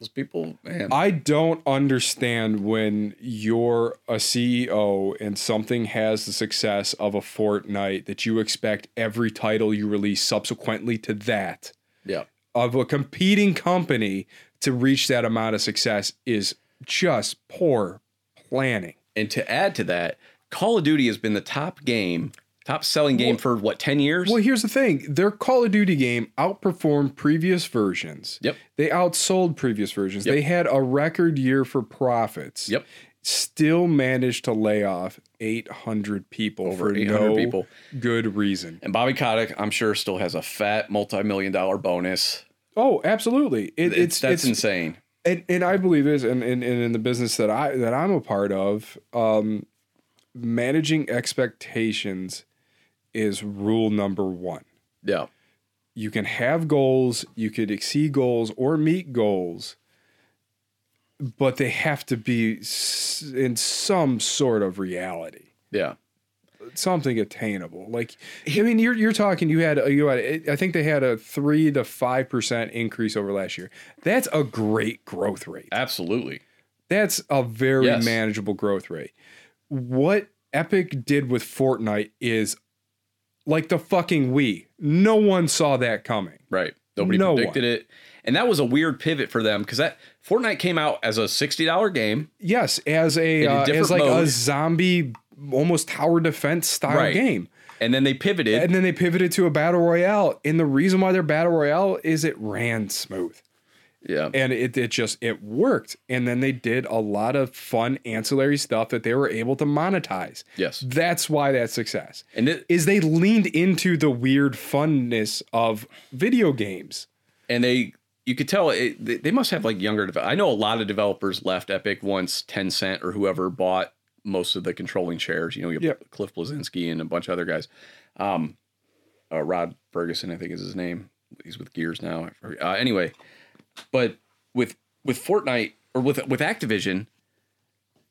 A: Those people, man.
B: I don't understand when you're a CEO and something has the success of a Fortnite that you expect every title you release subsequently to that
A: yeah.
B: of a competing company to reach that amount of success is just poor planning.
A: And to add to that, Call of Duty has been the top game, top selling game for what, 10 years?
B: Well, here's the thing their Call of Duty game outperformed previous versions.
A: Yep.
B: They outsold previous versions.
A: Yep.
B: They had a record year for profits.
A: Yep.
B: Still managed to lay off 800 people
A: Over
B: for
A: 800
B: no
A: people.
B: good reason.
A: And Bobby Kotick, I'm sure, still has a fat multi-million dollar bonus.
B: Oh, absolutely. It,
A: It's,
B: it's
A: that's
B: it's
A: insane.
B: and, and I believe is and, and, and in the business that I that I'm a part of, um, managing expectations is rule number one.
A: Yeah.
B: You can have goals, you could exceed goals or meet goals, but they have to be s- in some sort of reality
A: Yeah.
B: something attainable. Like, I mean, you're you're talking. You had you had. I think they had a three to five percent increase over last year. That's a great growth rate.
A: Absolutely.
B: That's a very
A: Yes.
B: manageable growth rate. What Epic did with Fortnite is like the fucking Wii. No one saw that coming.
A: Right. Nobody
B: No
A: predicted it. And that was a weird pivot for them because that Fortnite came out as a $60 game.
B: Yes, as a,
A: In a
B: uh,
A: different
B: as like a
A: mode.
B: zombie, almost tower defense style
A: Right.
B: game.
A: And then they pivoted.
B: and then they pivoted to a battle royale. And the reason why they're battle royale is it ran smooth.
A: yeah.
B: and it, it just it worked and then they did a lot of fun ancillary stuff that they were able to monetize
A: Yes.
B: that's why that's success
A: And it,
B: is they leaned into the weird funness of video games
A: and they you could tell it, they they must have like younger dev- i know a lot of developers left epic once tencent or whoever bought most of the controlling shares you know you have
B: Yep.
A: cliff blazinski and a bunch of other guys um uh, rod ferguson i think is his name he's with gears now I forget- uh, anyway but with with fortnite or with with activision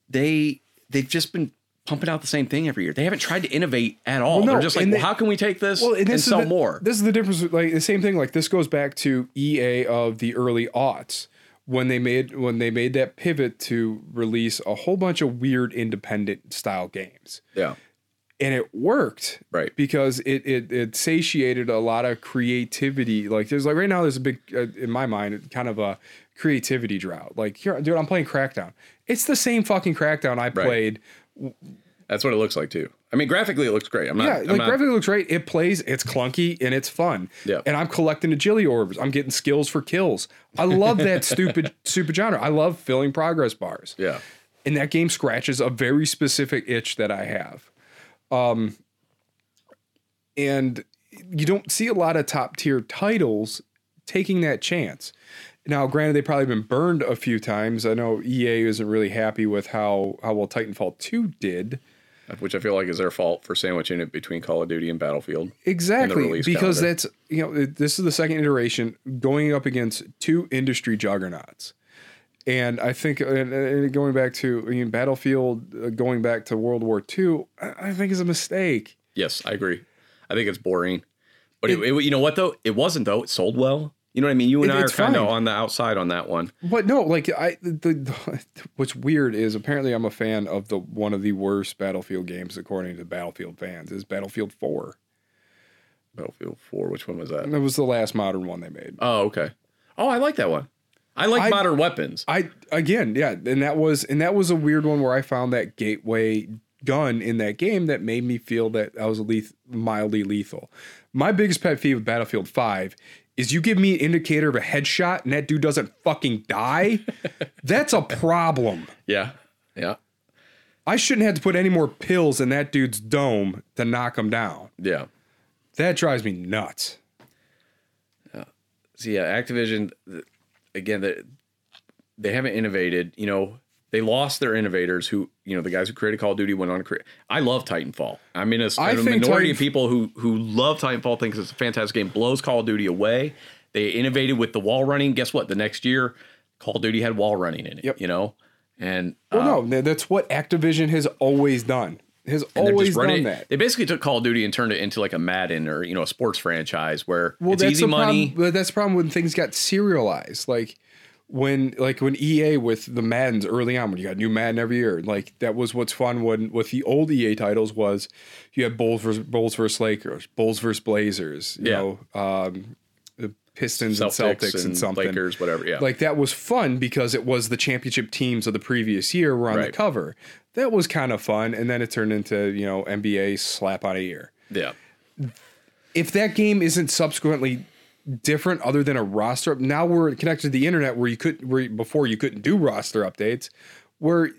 A: they they've just been pumping out the same thing every year they haven't tried to innovate at all
B: Well, no,
A: they're just like
B: and
A: well,
B: they-
A: how can we take this
B: well
A: and,
B: and this is
A: sell
B: the,
A: more
B: this is the difference with, like the same thing like this goes back to ea of the early aughts when they made when they made that pivot to release a whole bunch of weird independent style games
A: yeah
B: and it worked
A: right
B: because it, it it satiated a lot of creativity. Like there's like right now there's a big uh, in my mind kind of a creativity drought. Like here, dude, I'm playing Crackdown. It's the same fucking Crackdown I played.
A: That's what it looks like too. I mean, graphically it looks great. I'm not.
B: Yeah,
A: I'm
B: like
A: not-
B: graphically looks great. It plays. It's clunky and it's fun.
A: Yeah.
B: And I'm collecting agility orbs. I'm getting skills for kills. I love that stupid stupid genre. I love filling progress bars.
A: Yeah,
B: and that game scratches a very specific itch that I have. Um, and you don't see a lot of top tier titles taking that chance. Now, granted, they've probably been burned a few times. I know EA isn't really happy with how how well Titanfall two did.
A: which I feel like is their fault for sandwiching it between Call of Duty and Battlefield.
B: Exactly,
A: release calendar.
B: because that's you know it- this is the second iteration going up against two industry juggernauts, and I think uh, and, and going back to I mean, Battlefield, uh, going back to World War II, I, I think is a mistake.
A: Yes, I agree. I think it's boring, but it, it- you know what though? It wasn't though. It sold well. You know what I mean? You and
B: It-
A: I are
B: it's
A: kind of
B: fine.
A: on the outside on that one.
B: But no, like I the, the what's weird is apparently I'm a fan of the one of the worst Battlefield games according to Battlefield fans is Battlefield Four.
A: Battlefield Four. Which one was that?
B: And it was the last modern one they made.
A: Oh, okay. Oh, I like that one. I like
B: I-
A: modern weapons.
B: I again, yeah, and that was and that was a weird one where I found that gateway gun in that game that made me feel that I was leth- mildly lethal. My biggest pet peeve with Battlefield 5 is you give me an indicator of a headshot and that dude doesn't fucking die, that's a problem.
A: Yeah. Yeah.
B: I shouldn't have to put any more pills in that dude's dome to knock him down.
A: Yeah.
B: That drives me nuts.
A: So yeah, Activision th- again they, they haven't innovated, you know, they lost their innovators who, you know, the guys who created Call of Duty went on to create. I love Titanfall. I mean, a,
B: I
A: a
B: think
A: minority
B: Titanf-
A: of people who who love Titanfall thinks it's a fantastic game, blows Call of Duty away. They innovated with the wall running. Guess what? The next year, Call of Duty had wall running in it,
B: Yep.
A: you know? And uh,
B: Well, no, tha- that's what Activision has always done. Has
A: and they're
B: always
A: just running
B: done that.
A: They basically took Call of Duty and turned it into like a Madden or, you know, a sports franchise where it's
B: that's
A: easy
B: the
A: money.
B: Problem, but that's the problem when things got serialized, like when like when EA with the Maddens early on, when you got new Madden every year, like that was what's fun. When with the old EA titles was you had Bulls versus Bulls versus Lakers, Bulls versus Blazers, you
A: Yeah.
B: know, um, the Pistons and Celtics and, something.
A: Lakers, whatever. Yeah.
B: Like that was fun because it was the championship teams of the previous year were on the
A: Right.
B: cover. That was kind of fun, and then it turned into you know NBA slap on a year
A: yeah.
B: if that game isn't subsequently different other than a roster up now we're connected to the internet where you could where before you couldn't do roster updates where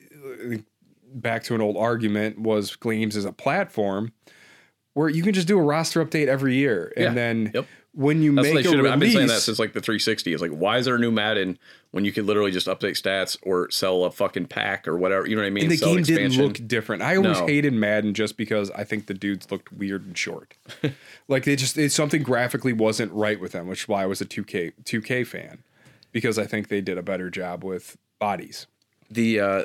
B: uh, back to an old argument was games as a platform where you can just do a roster update every year and
A: Yeah.
B: then
A: Yep.
B: when you
A: That's what
B: make
A: they
B: a
A: should have.
B: release
A: I've been saying that since like the 360. It's like, why is there a new Madden when you can literally just update stats or sell a fucking pack or whatever? You know what I mean?
B: and the
A: sell
B: game
A: an
B: didn't
A: expansion.
B: look different. I always
A: No.
B: hated Madden just because I think the dudes looked weird and short. like they just it's something graphically wasn't right with them, which is why I was a 2K 2K fan because I think they did a better job with bodies.
A: the uh,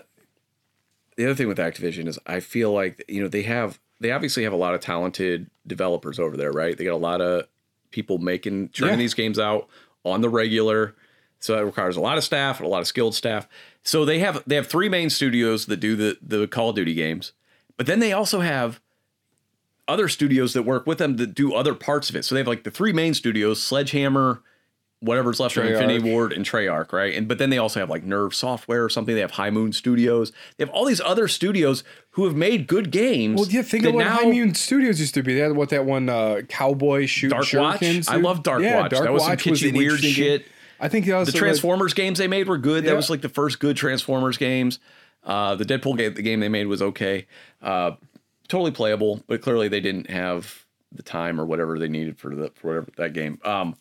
A: the other thing with Activision is I feel like you know they have they obviously have a lot of talented developers over there, right? They got a lot of people making churning
B: Yeah.
A: these games out on the regular. So that requires a lot of staff, a lot of skilled staff. So they have they have three main studios that do the the Call of Duty games, but then they also have other studios that work with them that do other parts of it. So they have like the three main studios, Sledgehammer, whatever's left of
B: Treyarch.
A: Infinity Ward and Treyarch, right? And but then they also have like Nerve Software or something. They have High Moon Studios. They have all these other studios who have made good games.
B: Well, yeah, think
A: that
B: of what
A: now-
B: High Moon Studios used to be. They had what that one uh, cowboy shoot
A: Dark Watch?
B: shurikens,
A: I
B: dude.
A: love Dark Watch. That was some kitschy
B: an
A: weird
B: interesting game.
A: shit.
B: I think that was
A: the
B: like-
A: Transformers games they made were good.
B: Yeah.
A: That was like the first good Transformers games. Uh, the Deadpool game, the game they made was okay, uh, totally playable, but clearly they didn't have the time or whatever they needed for the for whatever that game. Um,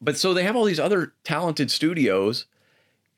A: but so they have all these other talented studios.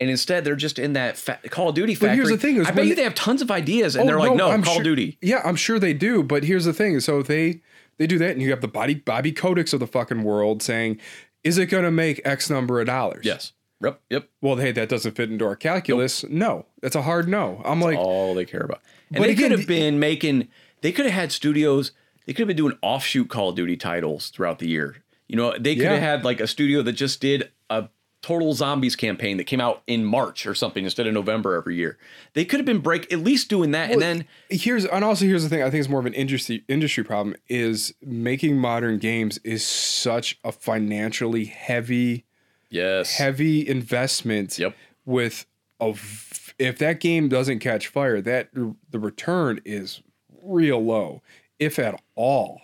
A: And instead, they're just in that fa- Call of Duty factory.
B: here's the thing is
A: I
B: when
A: bet you
B: they-
A: they have tons of ideas, and
B: Oh,
A: they're like, "No,
B: I'm
A: Call
B: sure-
A: of Duty."
B: Yeah, I'm sure they do. But here's the thing: so they they do that, and you have the body Bobby Codex of the fucking world saying, "Is it going to make X number of dollars?"
A: Yes. Yep. Yep.
B: Well, hey, that doesn't fit into our calculus. No, that's a hard no. I'm like,
A: all they care about. And
B: But
A: they
B: again,
A: could
B: the-
A: have been making. They could have had studios. They could have been doing offshoot Call of Duty titles throughout the year. You know, they could
B: Yeah.
A: have had like a studio that just did a total zombies campaign that came out in March or something instead of November every year. They could have been break at least doing that, and then
B: here's and also here's the thing. I think it's more of an industry industry problem: is making modern games is such a financially heavy
A: yes,
B: heavy investment
A: Yep.
B: with a v- if that game doesn't catch fire that r- the return is real low if at all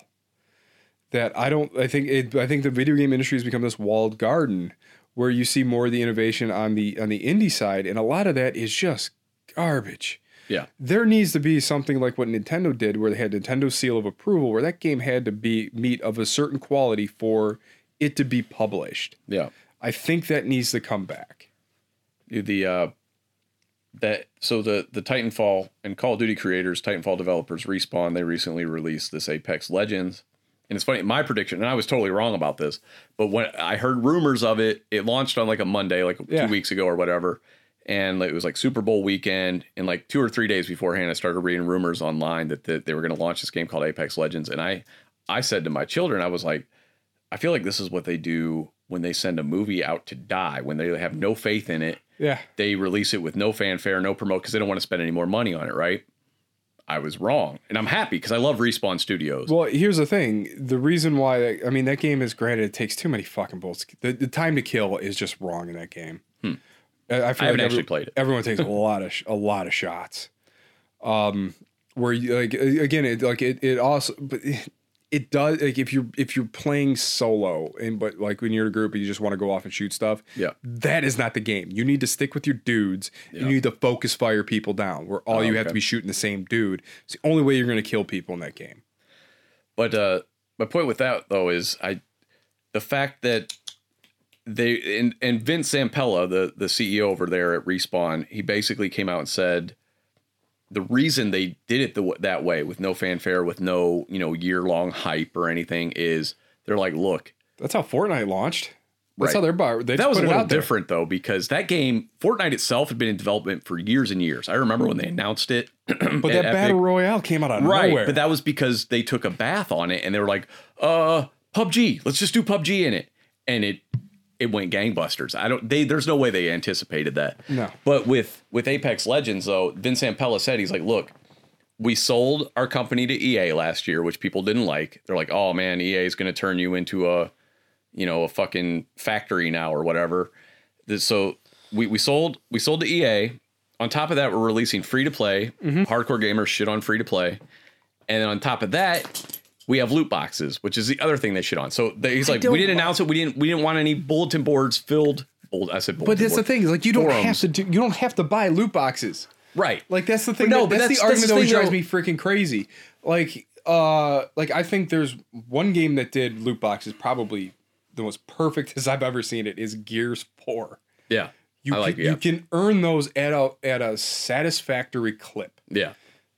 B: that i don't i think it i think the video game industry has become this walled garden where you see more of the innovation on the on the indie side and a lot of that is just garbage
A: yeah,
B: there needs to be something like what Nintendo did, where they had Nintendo seal of approval, where that game had to be meet of a certain quality for it to be published.
A: yeah.
B: I think that needs to come back.
A: the uh that so the the Titanfall and Call of Duty creators, Titanfall developers Respawn, they recently released this Apex Legends. And it's funny, my prediction, and I was totally wrong about this, but when I heard rumors of it, it launched on like a Monday, like
B: Yeah.
A: two weeks ago or whatever. And it was like Super Bowl weekend. And like two or three days beforehand, I started reading rumors online that, that they were going to launch this game called Apex Legends. And I, I said to my children, I was like, I feel like this is what they do when they send a movie out to die, when they have no faith in it
B: Yeah.
A: they release it with no fanfare, no promote because they don't want to spend any more money on it, right? I was wrong, and I'm happy because I love Respawn Studios.
B: Well, here's the thing: the reason why I mean that game is granted it takes too many fucking bullets. The, the time to kill is just wrong in that game. I, I, feel
A: Hmm. I haven't
B: like
A: actually played it.
B: Everyone takes a lot of sh- a lot of shots. Um, where you, like a- again, it like it, it also but it does like if you're if you're playing solo and but like when you're in a group and you just want to go off and shoot stuff
A: Yeah.
B: that is not the game you need to stick with your dudes
A: Yeah.
B: you need to focus fire people down where all
A: Oh,
B: you have
A: okay.
B: to be shooting the same dude it's the only way you're going to kill people in that game
A: But uh, my point with that though is I, the fact that they and and Vince Zampella, the the CEO over there at Respawn, he basically came out and said the reason they did it the, w- that way with no fanfare, with no you know year long hype or anything is they're like, look,
B: that's how fortnite launched that's
A: Right.
B: how they're bar- they
A: that was a
B: put it
A: little
B: out there.
A: different though because that game Fortnite itself had been in development for years and years. I remember when they announced it,
B: but that
A: at Epic.
B: battle royale came out of
A: right?
B: nowhere
A: But that was because they took a bath on it and they were like, "Uh, PUBG, let's just do PUBG in it," and it it went gangbusters. I don't. They there's no way they anticipated that.
B: No.
A: But with with Apex Legends though, Vince Ampella said he's like, "Look, we sold our company to EA last year, which people didn't like. They're like, "Oh man, EA is going to turn you into a you know a fucking factory now or whatever." This- So we we sold we sold to EA. On top of that, we're releasing free to play.
B: Mm-hmm.
A: Hardcore gamers shit on free to play. And then on top of that, we have loot boxes, which is the other thing they shit on. So they, he's like, we
B: don't
A: didn't announce it. We didn't. We didn't want any bulletin boards filled. Old, I said,
B: but
A: bulletin
B: that's the
A: board.
B: thing is like you don't have
A: Forums.
B: to do you don't have to buy loot boxes
A: right?
B: Like that's the thing.
A: no,
B: that-
A: but that's-
B: that's, the argument
A: that's the
B: that always
A: thing,
B: drives
A: though.
B: me freaking crazy. Like, uh, like I think there's one game that did loot boxes probably the most perfect as I've ever seen it is Gears Four.
A: yeah,
B: You
A: I like
B: can,
A: yeah,
B: you can earn those at a at a satisfactory clip.
A: yeah,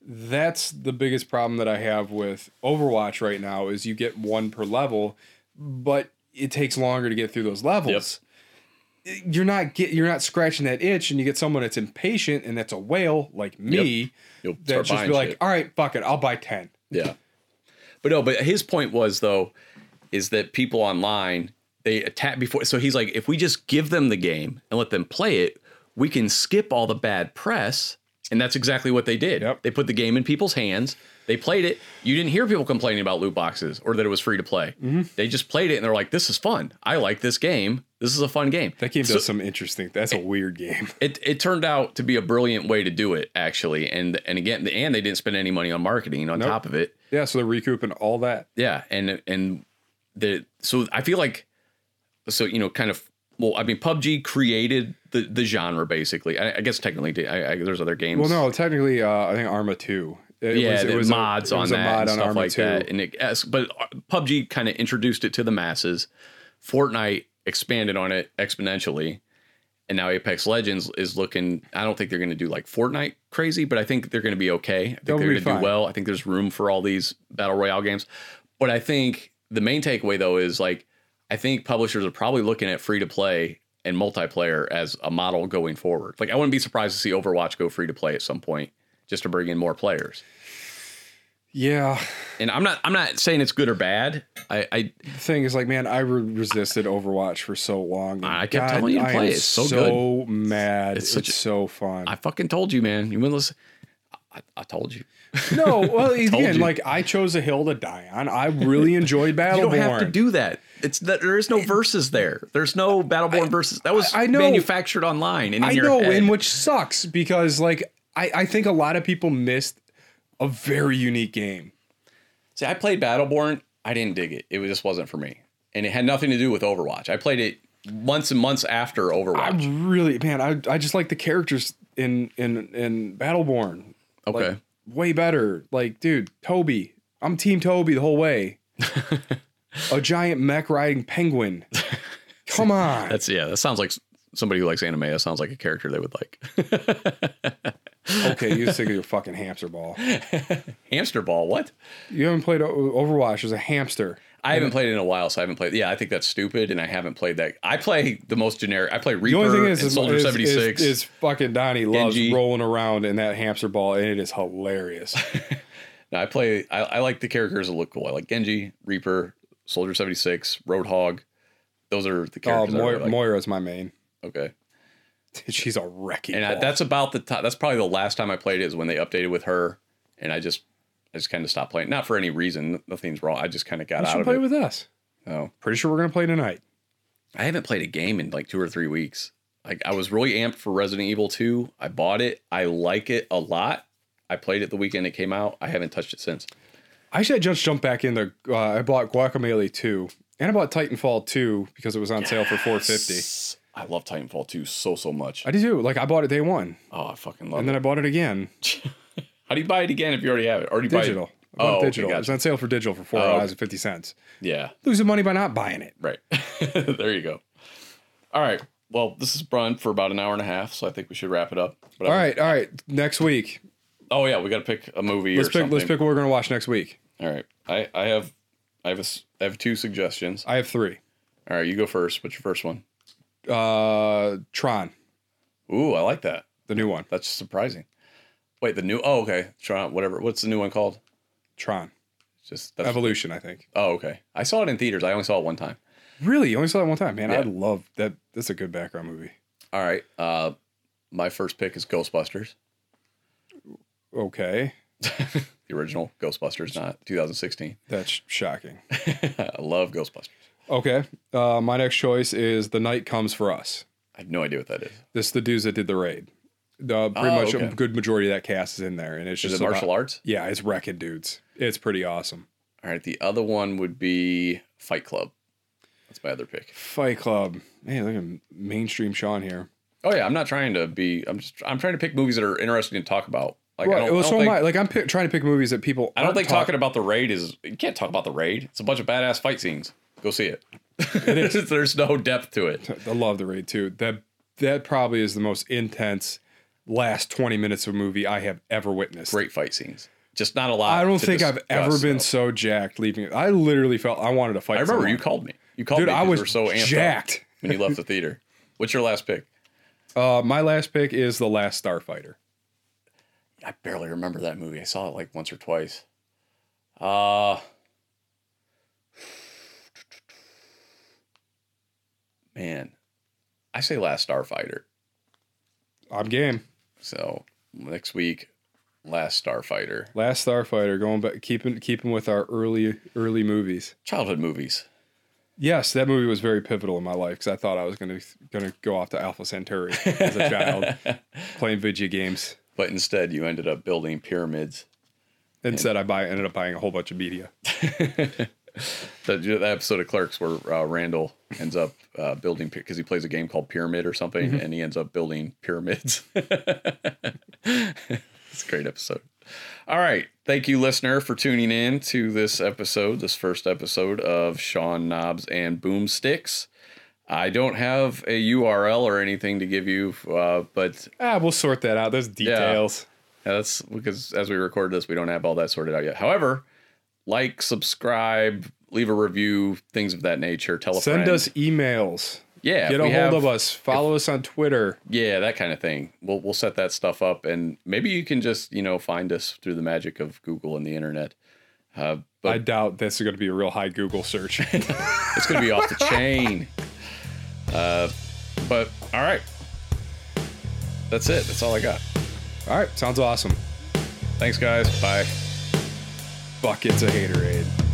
B: That's the biggest problem that I have with Overwatch right now is you get one per level, but it takes longer to get through those levels. You're not get you're not scratching that itch, and you get someone that's impatient and that's a whale like me
A: You'll
B: that
A: start
B: just
A: buying
B: be like,
A: shit.
B: all right, fuck it, I'll buy ten.
A: yeah. But no, but his point was though, is that people online they attack before. So he's like, if we just give them the game and let them play it, we can skip all the bad press. And that's exactly what they did.
B: Yep.
A: They put the game in people's hands. They played it. You didn't hear people complaining about loot boxes or that it was free to play.
B: Mm-hmm.
A: They just played it and they're like, "This is fun. I like this game. This is a fun game."
B: That game
A: So-
B: does some interesting. That's a weird game.
A: it, it turned out to be a brilliant way to do it actually and and again and they didn't spend any money on marketing on
B: Nope.
A: top of it
B: Yeah, so they're recouping all that.
A: yeah and and the so i feel like so you know kind of well i mean pubg created the the genre basically i, I guess technically I, I, there's other games
B: Well, no, technically, uh, I think Arma Two. It
A: yeah,
B: it
A: there
B: a-
A: mods
B: it
A: on
B: was
A: that and stuff like that, and it, as- but uh, PUBG kind of introduced it to the masses. Fortnite expanded on it exponentially, and now Apex Legends is looking. I don't think they're going to do like Fortnite crazy, but I think they're going to be okay. I think
B: They'll
A: they're
B: be
A: going to do
B: fine.
A: well. I think there's room for all these battle royale games. But I think the main takeaway though is like I think publishers are probably looking at free to play and multiplayer as a model going forward. Like I wouldn't be surprised to see Overwatch go free to play at some point just to bring in more players
B: Yeah,
A: and I'm not I'm not saying it's good or bad. I I,
B: the thing is, like, man, I re- resisted Overwatch for so long.
A: I kept telling you to
B: I
A: play
B: am
A: it. It's so
B: mad.
A: It's
B: It's,
A: such a-
B: so fun.
A: I fucking told you, man. You wouldn't listen. I, I told you.
B: no, well, again,
A: you.
B: like, I chose a hill to die on. I really enjoyed Battleborn.
A: You don't have to do that. It's that there is no verses there. There's no Battleborn verses. That was
B: I- I know-
A: manufactured online and in
B: I
A: your
B: know,
A: head.
B: and which sucks because like I, I think a lot of people missed a very unique game.
A: See, I played Battleborn. I didn't dig it. It was- just wasn't for me, and it had nothing to do with Overwatch. I played it months and months after
B: I
A: Overwatch.
B: really man, I I just like the characters in in in Battleborn. like,
A: okay,
B: way better. Like, dude, Toby. I'm team Toby the whole way. a giant mech riding penguin. Come on.
A: that's yeah. That sounds like s- somebody who likes anime. That sounds like a character they would like.
B: okay, you're sick of your fucking hamster ball.
A: Hamster ball. What?
B: You haven't played O- Overwatch as a hamster.
A: I haven't played it in a while, so I haven't played. Yeah, I think that's stupid, and I haven't played that. I play the most generic. I play
B: The
A: Reaper
B: only thing is,
A: and
B: is,
A: Soldier
B: is,
A: Seventy Six.
B: is, is fucking Donnie loves
A: Genji.
B: rolling around in that hamster ball, and it is hilarious.
A: No, I play. I, I like the characters that look cool. I like Genji, Reaper, Soldier Seventy Six, Roadhog. Those are the
B: Oh,
A: characters. I
B: Moira,
A: really like.
B: Moira's my main.
A: okay,
B: She's a wrecking.
A: and I,
B: ball.
A: that's about the time. That's probably the last time I played it is when they updated with her, and I just, I just kind of stopped playing. Not for any reason. Nothing's wrong. I just kind of got
B: you
A: out
B: should
A: of
B: play
A: it.
B: with us.
A: oh,
B: Pretty sure we're gonna play tonight.
A: I haven't played a game in like two or three weeks. Like I was really amped for Resident Evil 2. I bought it. I like it a lot. I played it the weekend it came out. I haven't touched it since.
B: I should just jump back into. Uh, I bought Guacamole two, and I bought Titanfall two because it was on sale for four fifty.
A: I love Titanfall 2 so so much.
B: I do too. Like I bought it day one,
A: oh, I fucking love
B: and then I bought it again
A: How do you buy it again if you already have it? Already buy it-
B: digital. I bought
A: Oh,
B: it
A: okay,
B: digital. It was
A: gotcha. Oh,
B: on sale for digital for four
A: okay.
B: dollars and fifty cents.
A: Yeah,
B: Losing money by not buying it.
A: right. there you go. All right. Well, this is run for about an hour and a half, so I think we should wrap it up. But
B: All right, all right. Next week,
A: Oh yeah, we got to pick a movie
B: let's
A: or
B: pick.
A: something.
B: Let's pick what we're gonna watch next week.
A: All right. I I have I have a s I have two suggestions.
B: I have three.
A: All right, you go first. What's your first one?
B: Uh, Tron,
A: Ooh, I like that.
B: the new one.
A: That's surprising. Wait, the new Oh, okay. Tron whatever. What's the new one called?
B: Tron
A: Just that's
B: Evolution, I think.
A: Oh, okay. I saw it in theaters. I only saw it one time.
B: Really, you only saw that one time, man. I
A: Yeah.
B: love that. That's a good background movie.
A: All right. Uh my first pick is Ghostbusters.
B: Okay,
A: The original Ghostbusters, not 2016.
B: that's shocking.
A: I love Ghostbusters.
B: Okay, uh, my next choice is The Night Comes for Us.
A: I have no idea what that is.
B: This is the dudes that did the raid. The pretty
A: Oh,
B: much a
A: okay.
B: good majority of that cast is in there, and it's
A: Is
B: just
A: it martial arts?
B: Yeah, it's wrecking dudes. It's pretty awesome.
A: All right. The other one would be Fight Club. That's my other pick.
B: Fight Club. Man, look at mainstream Sean here.
A: Oh yeah, I'm not trying to be. I'm just. I'm trying to pick movies that are interesting to talk about. Like
B: Right,
A: I don't,
B: well,
A: I don't
B: so
A: think.
B: am I. Like I'm pick, trying to pick movies that people.
A: I don't
B: aren't
A: think
B: talk-
A: talking about the raid is. You can't talk about the raid. It's a bunch of badass fight scenes. Go see it. There's no depth to it.
B: I love the raid too. That that probably is the most intense last 20 minutes of a movie I have ever witnessed.
A: Great fight scenes. Just not a lot.
B: I don't
A: to
B: think I've
A: discuss,
B: ever been
A: though.
B: so jacked leaving it. I literally felt I wanted to fight.
A: I remember
B: someone.
A: you called me. You called
B: Dude,
A: me.
B: I
A: 'cause you
B: was
A: were so amped up
B: jacked.
A: when you left the theater. What's your last pick?
B: Uh, my last pick is the last Starfighter.
A: I barely remember that movie. I saw it like once or twice. Uh man. I say last Starfighter.
B: I'm game.
A: So next week, last Starfighter.
B: Last Starfighter. Going back, keeping keeping with our early early movies.
A: Childhood movies.
B: Yes, that movie was very pivotal in my life because I thought I was gonna gonna go off to Alpha Centauri as a child playing video games.
A: But instead you ended up building pyramids.
B: Instead, I buy ended up buying a whole bunch of media.
A: That, that episode of Clerks where uh, Randall ends up uh, building because he plays a game called Pyramid or something, and he ends up building pyramids. it's a great episode. All right, thank you, listener, for tuning in to this episode, this first episode of Sean Knobs and Boomsticks. I don't have a URL or anything to give you, uh, but
B: Ah, we'll sort that out. There's details.
A: yeah, that's because as we record this, we don't have all that sorted out yet. However, like, subscribe, leave a review, things of that nature. Tell a
B: Send
A: friend.
B: us emails.
A: yeah,
B: Get a
A: we
B: hold
A: have-
B: of us. Follow us on Twitter.
A: Yeah, that kind of thing. We'll we'll set that stuff up, and maybe you can just you know find us through the magic of Google and the internet. Uh, but
B: I doubt this is going to be a real high Google search.
A: it's gonna be off the chain. Uh, but all right, that's it. That's all I got.
B: All right, sounds awesome.
A: Thanks, guys. Bye.
B: Buckets of haterade.